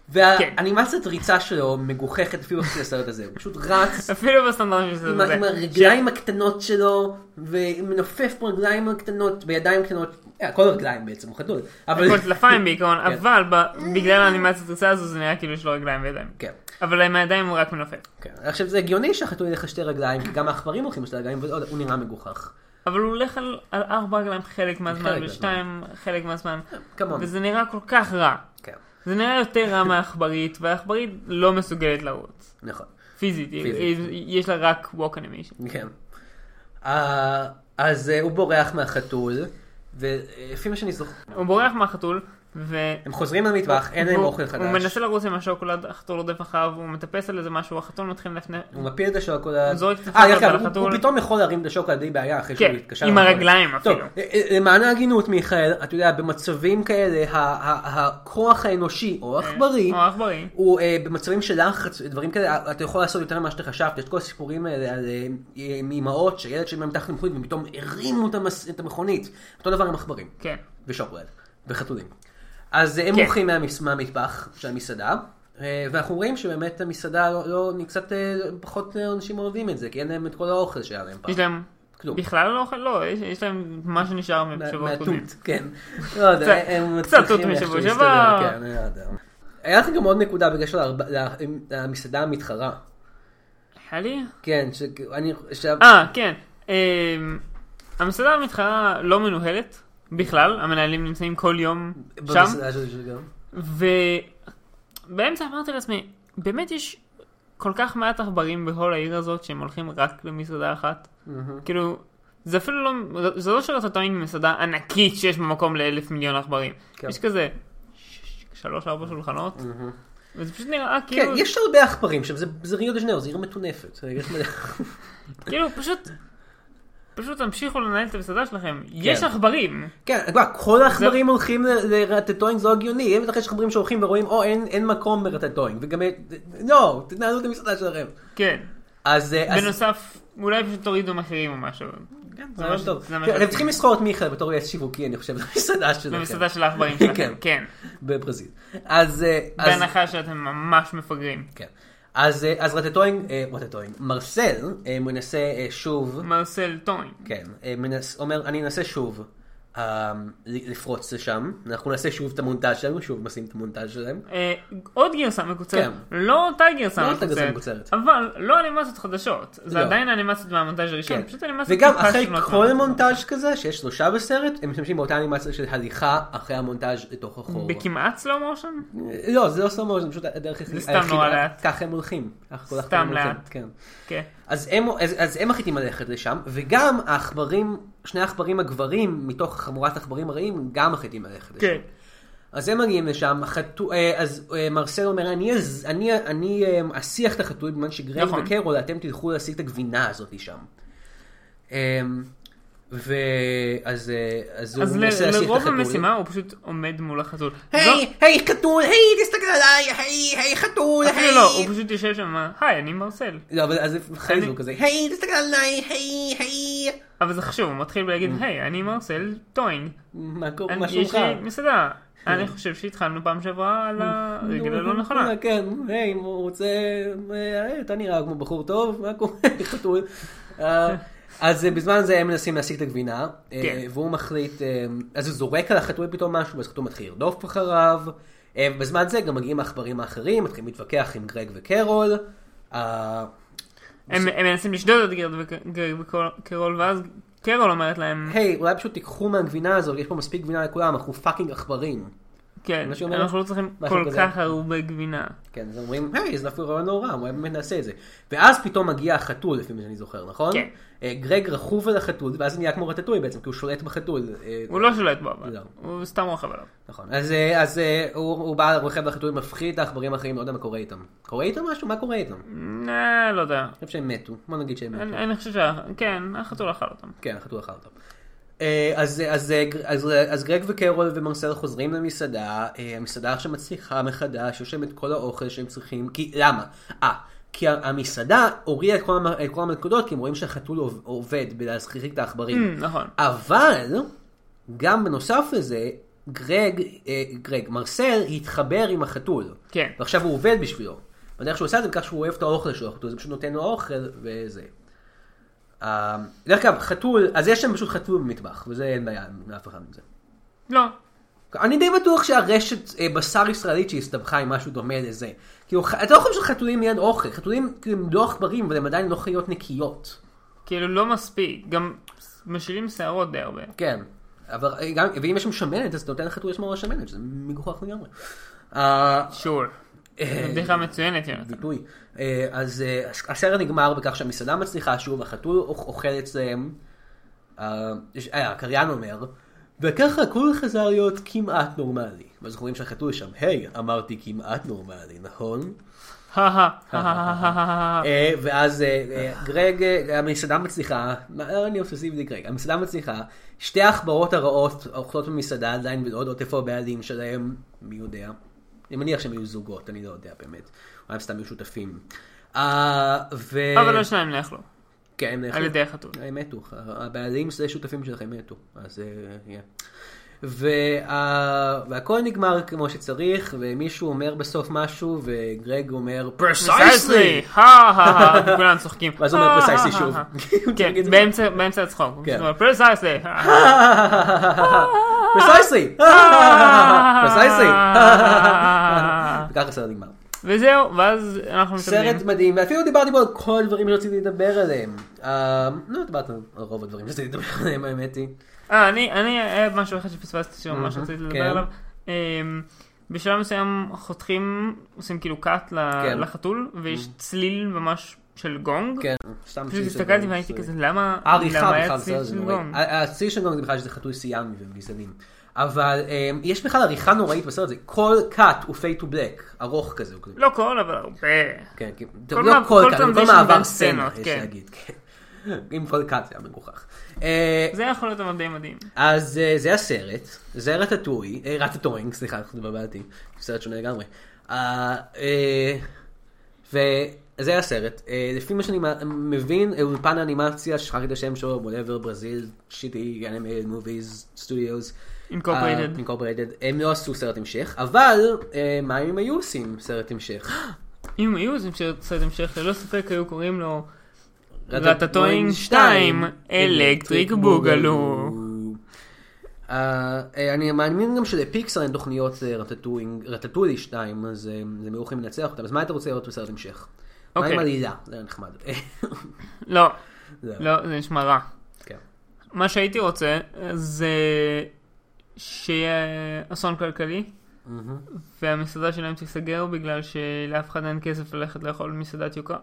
[SPEAKER 1] והאנימציית ריצה שלו מגוחכת אפילו בשביל הסרט הזה, הוא פשוט רץ.
[SPEAKER 2] אפילו בסטנדרטים של
[SPEAKER 1] עם ה-
[SPEAKER 2] זה.
[SPEAKER 1] עם הרגליים הקטנות שלו, ומנופף ברגליים הקטנות, בידיים הקטנות, אה, כל הרגליים בעצם, הוא חתול. אבל...
[SPEAKER 2] כל טלפיים בעיקרון,
[SPEAKER 1] כן.
[SPEAKER 2] אבל ב- בגלל האנימציית ריצה הזו זה נראה כאילו יש לו רגליים וידיים.
[SPEAKER 1] כן,
[SPEAKER 2] אבל עם הידיים הוא רק מנופף.
[SPEAKER 1] כן. עכשיו זה הגיוני שהחתול ילך על שתי רגליים, כי גם העכברים הולכים על שתי רגליים, והוא נראה מגוחך.
[SPEAKER 2] אבל הוא הולך על, על ארבע רגליים חלק
[SPEAKER 1] חלק
[SPEAKER 2] מהזמן, ושתיים
[SPEAKER 1] כן.
[SPEAKER 2] חלק מהזמן,
[SPEAKER 1] כמונו.
[SPEAKER 2] וזה נראה כל כך רע.
[SPEAKER 1] כן,
[SPEAKER 2] זה נראה יותר רע מהעכברית, והעכברית לא מסוגלת לרוץ.
[SPEAKER 1] נכון.
[SPEAKER 2] פיזית, היא-
[SPEAKER 1] פיזית.
[SPEAKER 2] היא- יש לה רק walk animation.
[SPEAKER 1] כן. אה, אז אה, הוא בורח מהחתול, ולפי מה שאני זוכר,
[SPEAKER 2] הוא בורח מהחתול, ו...
[SPEAKER 1] הם חוזרים למטבח, אין להם
[SPEAKER 2] והוא-
[SPEAKER 1] אוכל חדש.
[SPEAKER 2] הוא מנסה לרוץ עם השוקולד, החתול רודף אחריו, הוא מטפס על איזה משהו, החתול מתחיל לנפנף.
[SPEAKER 1] הוא מפיל את השוקולד.
[SPEAKER 2] הוא זורק את
[SPEAKER 1] אה, דרך
[SPEAKER 2] השוקולד
[SPEAKER 1] אגב, הוא-
[SPEAKER 2] לחתול.
[SPEAKER 1] הוא פתאום יכול להרים את השוקולד בלי בעיה אחרי
[SPEAKER 2] כן,
[SPEAKER 1] שהוא התקשר.
[SPEAKER 2] עם
[SPEAKER 1] למכולת.
[SPEAKER 2] הרגליים אפילו.
[SPEAKER 1] טוב, אה, אה, למען ההגינות, מיכאל, אתה יודע, במצבים כאלה, ה- ה- הכוח האנושי או
[SPEAKER 2] אה,
[SPEAKER 1] העכברי,
[SPEAKER 2] או עכברי.
[SPEAKER 1] הוא אה, במצבים של לחץ, דברים כאלה, אה, אתה יכול לעשות יותר ממה שאתה חשבת, את כל הסיפורים האלה על אה, עם אימהות, שילד שלהם מתחת למכונית, והם פתאום הרימו את המס- את המכונית. אותו דבר עם עכברים.
[SPEAKER 2] כן.
[SPEAKER 1] ושוקולד, וחתולים. אז אה, הם
[SPEAKER 2] כן.
[SPEAKER 1] הולכים מהמס- מהמטבח של המסעדה, אה, ואנחנו רואים שבאמת המסעדה לא, לא אני קצת אה, פחות אה, אנשים אוהבים את זה, כי אין להם את כל האוכל שהיה להם פעם.
[SPEAKER 2] יש להם...
[SPEAKER 1] כלום.
[SPEAKER 2] בכלל לא אוכל? לא, יש- יש להם מה שנשאר
[SPEAKER 1] מה-
[SPEAKER 2] משבועות קודמים.
[SPEAKER 1] מהתות, כן. לא יודע,
[SPEAKER 2] קצת-
[SPEAKER 1] הם
[SPEAKER 2] קצת
[SPEAKER 1] מצליחים
[SPEAKER 2] תות
[SPEAKER 1] איכשהו
[SPEAKER 2] משבוע
[SPEAKER 1] להסתדר,
[SPEAKER 2] שעבר.
[SPEAKER 1] כן, אני לא יודע. היה לך גם עוד נקודה בקשר לארבע- לה- למסעדה המתחרה.
[SPEAKER 2] היה לי?
[SPEAKER 1] כן, שאני...
[SPEAKER 2] אה, כן. אמ, המסעדה המתחרה לא מנוהלת בכלל, המנהלים נמצאים כל יום שם,
[SPEAKER 1] במסעדה של של- גם.
[SPEAKER 2] ובאמצע אמרתי לעצמי, באמת יש כל כך מעט עכברים בכל העיר הזאת שהם הולכים רק למסעדה אחת? כאילו, זה אפילו לא, זה לא שרטטוין היא מסעדה ענקית שיש במקום לאלף מיליון עכברים.
[SPEAKER 1] כן.
[SPEAKER 2] יש כזה ש- שלוש ארבע שולחנות, וזה פשוט נראה
[SPEAKER 1] כן,
[SPEAKER 2] כאילו,
[SPEAKER 1] יש הרבה עכברים שם, זה- זה ריו דה ז'נר, זה עיר מטונפת. יש מלא-
[SPEAKER 2] כאילו פשוט, פשוט תמשיכו לנהל את המסעדה שלכם. יש עכברים.
[SPEAKER 1] כן, את יודעת, כל העכברים הולכים ל- לרטטוינג, זה לא הגיוני. אין בטח יש עכברים שהולכים ורואים, או, אין אין מקום ברטטוינג. וגם, לא, תנהלו את המסעדה שלכם.
[SPEAKER 2] כן.
[SPEAKER 1] אז... אה, אז-
[SPEAKER 2] בנוסף, אולי פשוט תורידו מחירים או משהו. כן,
[SPEAKER 1] זה ממש טוב. כן, אתם צריכים לזכור את מיכאל בתור יועץ שיווקי, אני חושב, במסעדה שלכם.
[SPEAKER 2] במסעדה של העכברים שלכם.
[SPEAKER 1] כן.
[SPEAKER 2] כן.
[SPEAKER 1] בברזיל. אז... אה, אז-
[SPEAKER 2] בהנחה שאתם ממש מפגרים.
[SPEAKER 1] כן. אז אה, אז רטטוינג, אה, רטטוינג, מרסל אה, מנסה אה, שוב,
[SPEAKER 2] מרסל טוין.
[SPEAKER 1] כן, אה, מנס- אומר, אני אנסה שוב אה, ל- לפרוץ לשם, אנחנו נעשה שוב את המונטאז' שלנו, שוב נשים את המונטאז' שלהם.
[SPEAKER 2] אה, עוד גרסה מקוצרת,
[SPEAKER 1] כן.
[SPEAKER 2] לא אותה גרסה
[SPEAKER 1] לא אותה גרסה
[SPEAKER 2] מקוצרת,
[SPEAKER 1] מקוצרת.
[SPEAKER 2] אבל לא אנימציות חדשות, זה
[SPEAKER 1] לא.
[SPEAKER 2] עדיין אנימציות מהמונטאז' הראשון,
[SPEAKER 1] כן.
[SPEAKER 2] פשוט אנימציות
[SPEAKER 1] וגם
[SPEAKER 2] טיפה
[SPEAKER 1] אחרי
[SPEAKER 2] שונות
[SPEAKER 1] כל
[SPEAKER 2] מהמונטאז'.
[SPEAKER 1] מונטאז' כזה, שיש שלושה בסרט, הם משתמשים באותה אנימציה של הליכה אחרי המונטאז' לתוך החור.
[SPEAKER 2] בכמעט סלואו מושן?
[SPEAKER 1] אה, לא, זה לא סתם מאוד, זה פשוט הדרך היחידה.
[SPEAKER 2] סתם נורא לאט.
[SPEAKER 1] ככה הם הולכים. ככה כל
[SPEAKER 2] סתם
[SPEAKER 1] העכברים הולכים,
[SPEAKER 2] לאט.
[SPEAKER 1] כן.
[SPEAKER 2] כן.
[SPEAKER 1] אז הם, אז, אז הם מחליטים ללכת לשם, וגם העכברים, שני העכברים הגברים, מתוך חמורת העכברים הרעים, גם מחליטים ללכת לשם.
[SPEAKER 2] כן.
[SPEAKER 1] אז הם מגיעים לשם, החתו, אה, אז אה, מרסל אומר, אני, אז- אני, אני אה, אסיח את החתול בזמן שגרל
[SPEAKER 2] נכון.
[SPEAKER 1] וקרול, אתם תלכו להשיג את הגבינה הזאת שם. ואז אז הוא
[SPEAKER 2] אז
[SPEAKER 1] מנסה
[SPEAKER 2] ל-
[SPEAKER 1] להסיח את
[SPEAKER 2] לרוב
[SPEAKER 1] החתול.
[SPEAKER 2] המשימה הוא פשוט עומד מול החתול. לא,
[SPEAKER 1] היי, היי חתול, היי תסתכל עליי, היי, היי חתול, היי.
[SPEAKER 2] אפילו לא, הוא פשוט יושב שם, היי, אני מרסל.
[SPEAKER 1] לא, אבל אז אחרי זה
[SPEAKER 2] אני-
[SPEAKER 1] הוא כזה, היי תסתכל עליי, היי, היי.
[SPEAKER 2] אבל זה חשוב, הוא מתחיל להגיד, היי, אני מרסל טוין.
[SPEAKER 1] מה קורה,
[SPEAKER 2] אני-
[SPEAKER 1] מה
[SPEAKER 2] יש
[SPEAKER 1] שלומך?
[SPEAKER 2] לי מסעדה. אני חושב שהתחלנו פעם שעברה על הרגל הלא לא נכונה.
[SPEAKER 1] כן, היי, אם הוא רוצה... אה, אתה נראה כמו בחור טוב, מה קורה? חתול. אה, אז אה, בזמן זה הם מנסים להשיג את הגבינה, אה,
[SPEAKER 2] כן.
[SPEAKER 1] והוא מחליט, אה, אז הוא זורק על החתול פתאום משהו, ואז החתול מתחיל לרדוף אחריו. אה, בזמן זה גם מגיעים העכברים האחרים, מתחילים להתווכח עם גרג וקרול. אה,
[SPEAKER 2] הם הם מנסים לשדוד את גרד וק- גרד וקרול, ואז קרול אומרת להם,
[SPEAKER 1] היי, אולי פשוט תיקחו מהגבינה הזאת, יש פה מספיק גבינה לכולם, אנחנו פאקינג עכברים.
[SPEAKER 2] כן,
[SPEAKER 1] מה שהיא אומרת?
[SPEAKER 2] אנחנו לא צריכים
[SPEAKER 1] משהו
[SPEAKER 2] כל
[SPEAKER 1] כזה.
[SPEAKER 2] כך הרבה גבינה.
[SPEAKER 1] כן, אז אומרים, היי, זה אפילו רעיון לא רע, אולי באמת נעשה את זה. ואז פתאום מגיע החתול, לפי מה שאני זוכר, נכון?
[SPEAKER 2] כן.
[SPEAKER 1] אה, גרג רכוב על החתול, ואז זה נהיה כמו רטטוי בעצם, כי הוא שולט בחתול. אה,
[SPEAKER 2] הוא לא שולט בו, אבל
[SPEAKER 1] לא.
[SPEAKER 2] הוא סתם רוכב עליו.
[SPEAKER 1] נכון. אז, אה, אז אה, הוא, הוא בא, רוכב על החתול, מפחיד את העכברים האחרים, לא יודע מה קורה איתם. קורה איתם משהו? מה קורה איתם? אני
[SPEAKER 2] אה, לא יודע.
[SPEAKER 1] חושב שהם מתו, בוא נגיד שהם מתו.
[SPEAKER 2] אני אני חושב שה... כן, החתול אכל אותם.
[SPEAKER 1] כן, החתול אכל אותם. אה, אז, אה, אז, אה, גר- אז, אה, אז גרג וקרול ומרסל חוזרים למסעדה, אה, המסעדה עכשיו מצליחה מחדש, יש להם את כל האוכל שהם צריכים, כי למה? אה, כי ה- המסעדה הורידה את כל, המ- את כל המלכודות, כי הם רואים שהחתול עוב- עובד בלהזכיחיק את העכברים.
[SPEAKER 2] אמ, נכון.
[SPEAKER 1] אבל, גם בנוסף לזה, גרג, אה, גרג, מרסל התחבר עם החתול.
[SPEAKER 2] כן.
[SPEAKER 1] ועכשיו הוא עובד בשבילו. בדרך שהוא עושה את זה, בכך שהוא אוהב את האוכל שלו, החתול, זה פשוט נותן לו אוכל וזה. אה, דרך אגב, חתול, אז יש שם פשוט חתול במטבח, וזה אין בעיה עם אף אחד מזה.
[SPEAKER 2] לא.
[SPEAKER 1] אני די בטוח שהרשת אה, בשר ישראלית שהסתבכה עם משהו דומה לזה. כאילו, ח- אתה לא חושב שחתולים ליד אוכל, חתולים כאילו הם לא עכברים, אבל הם עדיין לא חיות נקיות.
[SPEAKER 2] כאילו, לא מספיק. גם משילים שערות די הרבה.
[SPEAKER 1] כן. אבל אה, גם, ואם יש שם שמנת, אז אתה נותן לחתול לשמור על השמנת, שזה מגוחך לגמרי. אה,
[SPEAKER 2] שור. זו בדיחה מצוינת, יונתן.
[SPEAKER 1] ביטוי. אה, אז אה, הש- הסרט נגמר בכך שהמסעדה מצליחה, שוב החתול אוכ- אוכל אצלם, אה, יש- אה, הקריין אומר, וככה הכל חזר להיות כמעט נורמלי. ואז רואים שהחתול שם, היי, אמרתי כמעט נורמלי, נכון? אה, ואז אה, אה, גרג, אה, המסעדה מצליחה, מה, אה, אני אובססיבי לגרג, המסעדה מצליחה, שתי העכברות הרעות אוכלות במסעדה עדיין ולא יודעות איפה הבעלים שלהם, מי יודע. אני מניח שהם היו זוגות, אני לא יודע באמת. אולי הם סתם היו שותפים. אה, ו...
[SPEAKER 2] אבל השניים נאכלו.
[SPEAKER 1] כן,
[SPEAKER 2] על ידי החתול.
[SPEAKER 1] הם מתו, הבעלים של השותפים שלכם מתו, אז אה, yeah. וה... והכל נגמר כמו שצריך, ומישהו אומר בסוף משהו, וגרג אומר,
[SPEAKER 2] פרסייסלי! כולם צוחקים.
[SPEAKER 1] ואז הוא אומר "Precisely" שוב.
[SPEAKER 2] כן,
[SPEAKER 1] תגיד את זה.
[SPEAKER 2] באמצע- באמצע הצחוק. הוא פשוט
[SPEAKER 1] כן.
[SPEAKER 2] אומר פרסייסלי!
[SPEAKER 1] פרסייסלי! פרסייסלי! וככה הסרט נגמר.
[SPEAKER 2] וזהו, ואז אנחנו
[SPEAKER 1] סרט
[SPEAKER 2] מתאמנים.
[SPEAKER 1] מדהים, ואפילו דיברתי בו על כל הדברים שרציתי לדבר עליהם. אה, לא דיברת על רוב הדברים שרציתי לדבר עליהם, האמת היא.
[SPEAKER 2] אה, אני, אני, היה משהו אחד שפספסתי שממש רציתי לדבר
[SPEAKER 1] כן.
[SPEAKER 2] עליו. אמ, בשלב מסוים חותכים, עושים כאילו קאט ל-
[SPEAKER 1] כן.
[SPEAKER 2] לחתול, ויש צליל ממש של גונג?
[SPEAKER 1] כן, סתם
[SPEAKER 2] פשוט
[SPEAKER 1] צי של
[SPEAKER 2] הסתכלתי
[SPEAKER 1] גונג,
[SPEAKER 2] והייתי
[SPEAKER 1] סורי.
[SPEAKER 2] כזה, למה
[SPEAKER 1] העריכה
[SPEAKER 2] למה היה
[SPEAKER 1] בכלל,
[SPEAKER 2] צי
[SPEAKER 1] זה זה
[SPEAKER 2] של
[SPEAKER 1] נוראי.
[SPEAKER 2] גונג?
[SPEAKER 1] ה- הציר של גונג זה בכלל שזה חתוי סיאמי והם גזענים. אבל אה, יש בכלל עריכה נוראית בסרט הזה, כל קאט הוא פייט טו בלק, ארוך כזה. הוא כזה.
[SPEAKER 2] לא כל, אבל הרבה.
[SPEAKER 1] כן, כן.
[SPEAKER 2] כל
[SPEAKER 1] טוב, לא
[SPEAKER 2] מה-
[SPEAKER 1] כל
[SPEAKER 2] כל
[SPEAKER 1] קאט,
[SPEAKER 2] פעם
[SPEAKER 1] אבל כל
[SPEAKER 2] יש שם
[SPEAKER 1] מעבר
[SPEAKER 2] גם
[SPEAKER 1] סצנה,
[SPEAKER 2] סצנות,
[SPEAKER 1] יש
[SPEAKER 2] כן.
[SPEAKER 1] להגיד. כן. אם כל קאט זה היה מגוחך. אה,
[SPEAKER 2] זה יכול להיות אבל די מדהים.
[SPEAKER 1] אז אה, זה הסרט, זה רטטוי, אה, רטטוינג, סליחה, אנחנו בבעייתי, סרט שונה לגמרי. אה, אה, וזה הסרט, אה, לפי מה שאני מ- מבין, אה, אולפן האנימציה, שכחתי את השם שלו, וואטאבר, ברזיל, שיטי, אנימייד, מוביז, סטודיוס.
[SPEAKER 2] Incorporated.
[SPEAKER 1] אינקורפרטד. הם לא עשו סרט המשך, אבל אה, מה אם היו עושים סרט המשך?
[SPEAKER 2] אם היו עושים סרט- סרט המשך, ללא ספק היו קוראים לו
[SPEAKER 1] רטטוינג
[SPEAKER 2] רטטוינג
[SPEAKER 1] 2,
[SPEAKER 2] 2, אלקטריק בוגלו.
[SPEAKER 1] אה, אה, אני מאמין גם שלפיקסר אין תוכניות אה, רטטוינג- רטטולי 2, אז אה, זה מאוחר לנצח אותם, אז מה אתה רוצה לראות בסרט המשך? מה עם
[SPEAKER 2] אוקיי.
[SPEAKER 1] עלילה? זה היה נחמד.
[SPEAKER 2] לא,
[SPEAKER 1] זהו,
[SPEAKER 2] לא, זה נשמע רע.
[SPEAKER 1] כן.
[SPEAKER 2] מה שהייתי רוצה זה שיהיה אסון כלכלי, והמסעדה שלהם תיסגר בגלל שלאף אחד אין כסף ללכת לאכול מסעדת יוקרה.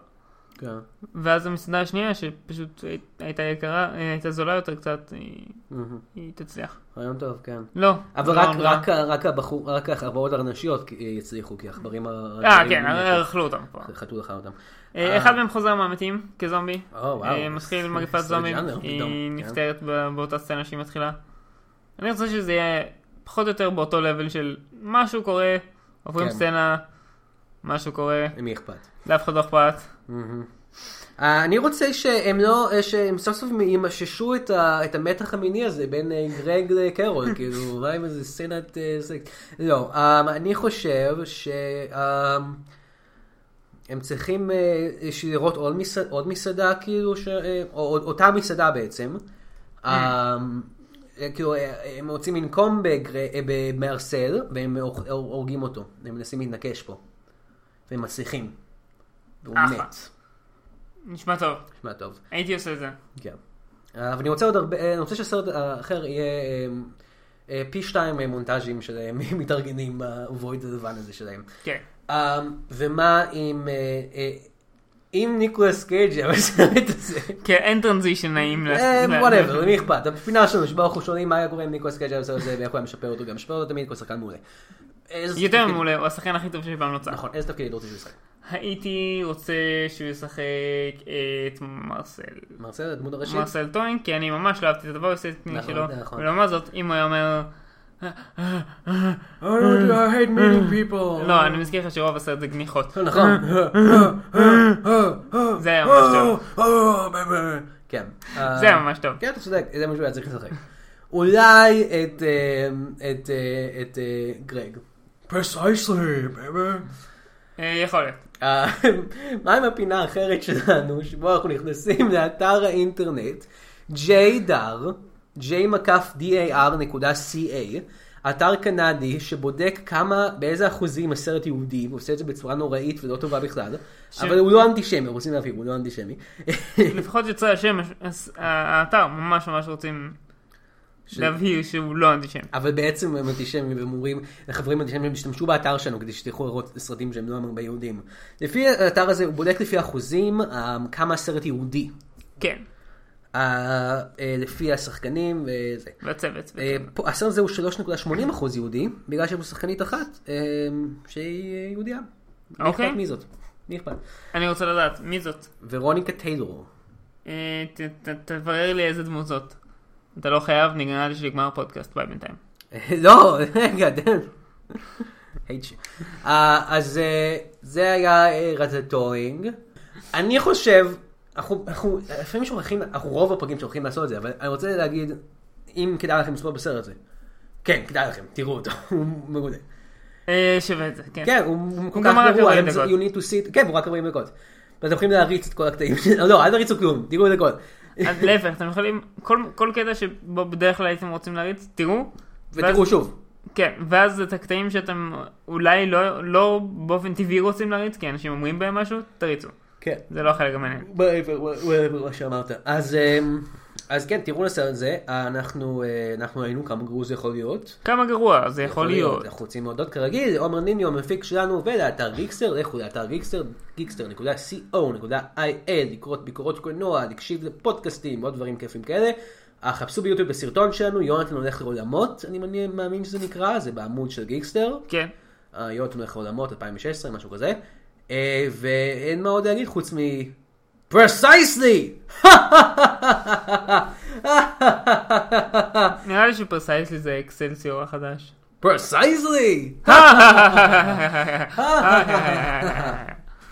[SPEAKER 1] כן.
[SPEAKER 2] ואז המסעדה השנייה, שפשוט הי- הייתה יקרה, אה, הייתה זולה יותר קצת, היא-
[SPEAKER 1] מהמם.
[SPEAKER 2] היא תצליח.
[SPEAKER 1] רעיון טוב, כן.
[SPEAKER 2] לא.
[SPEAKER 1] אבל
[SPEAKER 2] לא
[SPEAKER 1] רק-
[SPEAKER 2] אמרה.
[SPEAKER 1] רק ה- רק הבחור- רק החברות הרנשיות יצליחו, כי העכברים...
[SPEAKER 2] אה, כן, אכלו אותם כבר.
[SPEAKER 1] חתול אחר אותם.
[SPEAKER 2] אה, אחד מהם חוזר מהמתים, כזומבי.
[SPEAKER 1] או, וואו.
[SPEAKER 2] אה, מתחיל מגפת
[SPEAKER 1] זה
[SPEAKER 2] זומבים,
[SPEAKER 1] ז'אנר פתאום,
[SPEAKER 2] היא
[SPEAKER 1] כן.
[SPEAKER 2] נפטרת ב- באותה סצנה שהיא מתחילה. אני רוצה שזה יהיה פחות או יותר באותו לבל של משהו קורה, עוברים
[SPEAKER 1] כן.
[SPEAKER 2] סצנה, משהו קורה,
[SPEAKER 1] למי אכפת?
[SPEAKER 2] לאף אחד לא אכפת.
[SPEAKER 1] אה, אני רוצה שהם לא, אה, שהם סוף סוף ימששו את, ה, את המתח המיני הזה בין אה, גרג לקרול, כאילו, מה עם איזה סצנת אה, סקס? לא, אה, אני חושב ש... אה, הם צריכים אה, ש- לראות עוד, מסע, עוד מסעדה, כאילו, ש, אה, או עוד- אותה מסעדה בעצם. אה, אה, כאילו, אה, הם רוצים לנקום בגר- אה, במרסל, והם הורג- הורגים אותו. הם מנסים להתנקש פה. והם מצליחים. והוא
[SPEAKER 2] אחלה.
[SPEAKER 1] מת.
[SPEAKER 2] נשמע טוב,
[SPEAKER 1] נשמע טוב.
[SPEAKER 2] הייתי עושה את זה.
[SPEAKER 1] כן. אבל אני רוצה עוד הרבה, אה, אני רוצה שהסרט האחר יהיה אה, אה, פי שתיים אה, מונטאז'ים שלהם מתארגנים בוויד הלבן הזה שלהם.
[SPEAKER 2] כן.
[SPEAKER 1] אה, ומה אם, אה, אה, אם ניקולס קייג' היה בסרט הזה?
[SPEAKER 2] כן, אין טרנזישן נעים. ל-
[SPEAKER 1] אה,
[SPEAKER 2] ל-
[SPEAKER 1] וואטאבר, למי אכפת? הפינה שלנו שבה אנחנו שואלים מה היה קורה אם ניקולס קייג' היה בסרט הזה ואיך הוא היה משפר אותו, גם משפר אותו תמיד כל שחקן מעולה. איזה
[SPEAKER 2] יותר
[SPEAKER 1] תפקיד-
[SPEAKER 2] מעולה, הוא השחקן הכי טוב שאי פעם נוצר.
[SPEAKER 1] כן. נכון, איזה תפקיד היית רוצה שהוא ישחק?
[SPEAKER 2] הייתי רוצה שהוא ישחק את מרסל.
[SPEAKER 1] מרסל, הדמות הראשית?
[SPEAKER 2] מרסל טוינג, כי אני ממש לא אהבתי את הדבר הסטטני
[SPEAKER 1] נכון,
[SPEAKER 2] שלו.
[SPEAKER 1] נכון.
[SPEAKER 2] ולעומת זאת, אם הוא היה אומר... "אה,
[SPEAKER 1] I don't- I hate meeting people.
[SPEAKER 2] לא, אני מזכיר לך שרוב הסרט זה גניחות.
[SPEAKER 1] נכון.
[SPEAKER 2] זה היה ממש טוב.
[SPEAKER 1] כן. אה,
[SPEAKER 2] זה היה ממש טוב.
[SPEAKER 1] כן, אתה צודק, זה מה שהוא היה צריך לשחק. אולי את אה, את אה, את אה, גרג. פרסייסלי,
[SPEAKER 2] אה, יכול להיות.
[SPEAKER 1] מה עם הפינה האחרת שלנו, שבו אנחנו נכנסים לאתר האינטרנט, JDAR, j-dar.ca, אתר קנדי שבודק כמה, באיזה אחוזים הסרט יהודי, הוא עושה את זה בצורה נוראית ולא טובה בכלל, אבל הוא לא אנטישמי, רוצים להבהיר, הוא לא אנטישמי.
[SPEAKER 2] לפחות יצא השם, הס- האתר ממש ממש רוצים להבהיר שהוא לא אנטישמי.
[SPEAKER 1] אבל בעצם הם אנטישמים, והם אומרים לחברים אנטישמים, הם השתמשו באתר שלנו כדי שתלכו לראות סרטים שהם לא עם הרבה יהודים. לפי האתר הזה, הוא בודק לפי אחוזים אה, כמה הסרט יהודי.
[SPEAKER 2] כן,
[SPEAKER 1] אה, אה, לפי השחקנים וזה.
[SPEAKER 2] והצוות.
[SPEAKER 1] אה, פה- הסרט הזה הוא 3.80 אחוז יהודי, בגלל שיש פה שחקנית אחת אה, שהיא אה, יהודייה. מי
[SPEAKER 2] אוקיי.
[SPEAKER 1] אכפת מי זאת? מי אכפת?
[SPEAKER 2] אני רוצה לדעת, מי זאת?
[SPEAKER 1] ורוניקה טיילור.
[SPEAKER 2] אה, ת- ת- תברר לי איזה דמות זאת. אתה לא חייב, נגמר לי שנגמר הפודקאסט, ביי בינתיים.
[SPEAKER 1] לא, רגע, דן. הייט שיט. אה, אז אה, זה היה אה, רטטוינג. אני חושב, אנחנו אנחנו לפעמים שוכחים, אנחנו רוב הפרקים שוכחים לעשות את זה, אבל אני רוצה להגיד, אם כדאי לכם לצפות בסרט הזה. כן, כדאי לכם, תראו אותו, הוא מעולה.
[SPEAKER 2] אה, שווה את זה, כן.
[SPEAKER 1] כן, הוא- הוא כל
[SPEAKER 2] גם
[SPEAKER 1] כך
[SPEAKER 2] רק
[SPEAKER 1] גרוע,
[SPEAKER 2] 40
[SPEAKER 1] אם זה-
[SPEAKER 2] דקות.
[SPEAKER 1] you need to see, it- כן, הוא רק 40 דקות. ואתם יכולים להריץ את כל הקטעים, לא, אל תריצו כלום, תראו את הכל.
[SPEAKER 2] אז להפך, אתם יכולים, כל- כל קטע שבו בדרך כלל הייתם רוצים להריץ, תראו.
[SPEAKER 1] ותראו
[SPEAKER 2] ואז-
[SPEAKER 1] שוב.
[SPEAKER 2] כן, ואז את הקטעים שאתם אולי לא, לא באופן טבעי רוצים להריץ, כי אנשים אומרים בהם משהו, תריצו.
[SPEAKER 1] כן.
[SPEAKER 2] זה לא החלק המעניין.
[SPEAKER 1] whatever, whatever, מה שאמרת. אז אמ, אז כן, תראו לסרט זה, אנחנו, אה, אנחנו ראינו כמה גרוע זה יכול להיות.
[SPEAKER 2] כמה גרוע זה יכול להיות.
[SPEAKER 1] אנחנו רוצים להודות כרגיל, עומר ניניו המפיק שלנו ולאתר גיקסטר, לכו לאתר גיקסטר, גיקסטר.co.il, לקרות ביקורות קולנוע, להקשיב לפודקאסטים, עוד דברים כיפים כאלה. אה, חפשו ביוטיוב בסרטון שלנו, יונתן הולך לעולמות, אני מני- מאמין שזה נקרא, זה בעמוד של גיקסטר.
[SPEAKER 2] כן.
[SPEAKER 1] אה, יונתן הולך לעולמות, 2016, משהו כזה. אה, ואין מה עוד להגיד חוץ מ... פרסייסלי!
[SPEAKER 2] נראה לי שפרסייסלי זה אקסלסיור החדש.
[SPEAKER 1] פרסייסלי!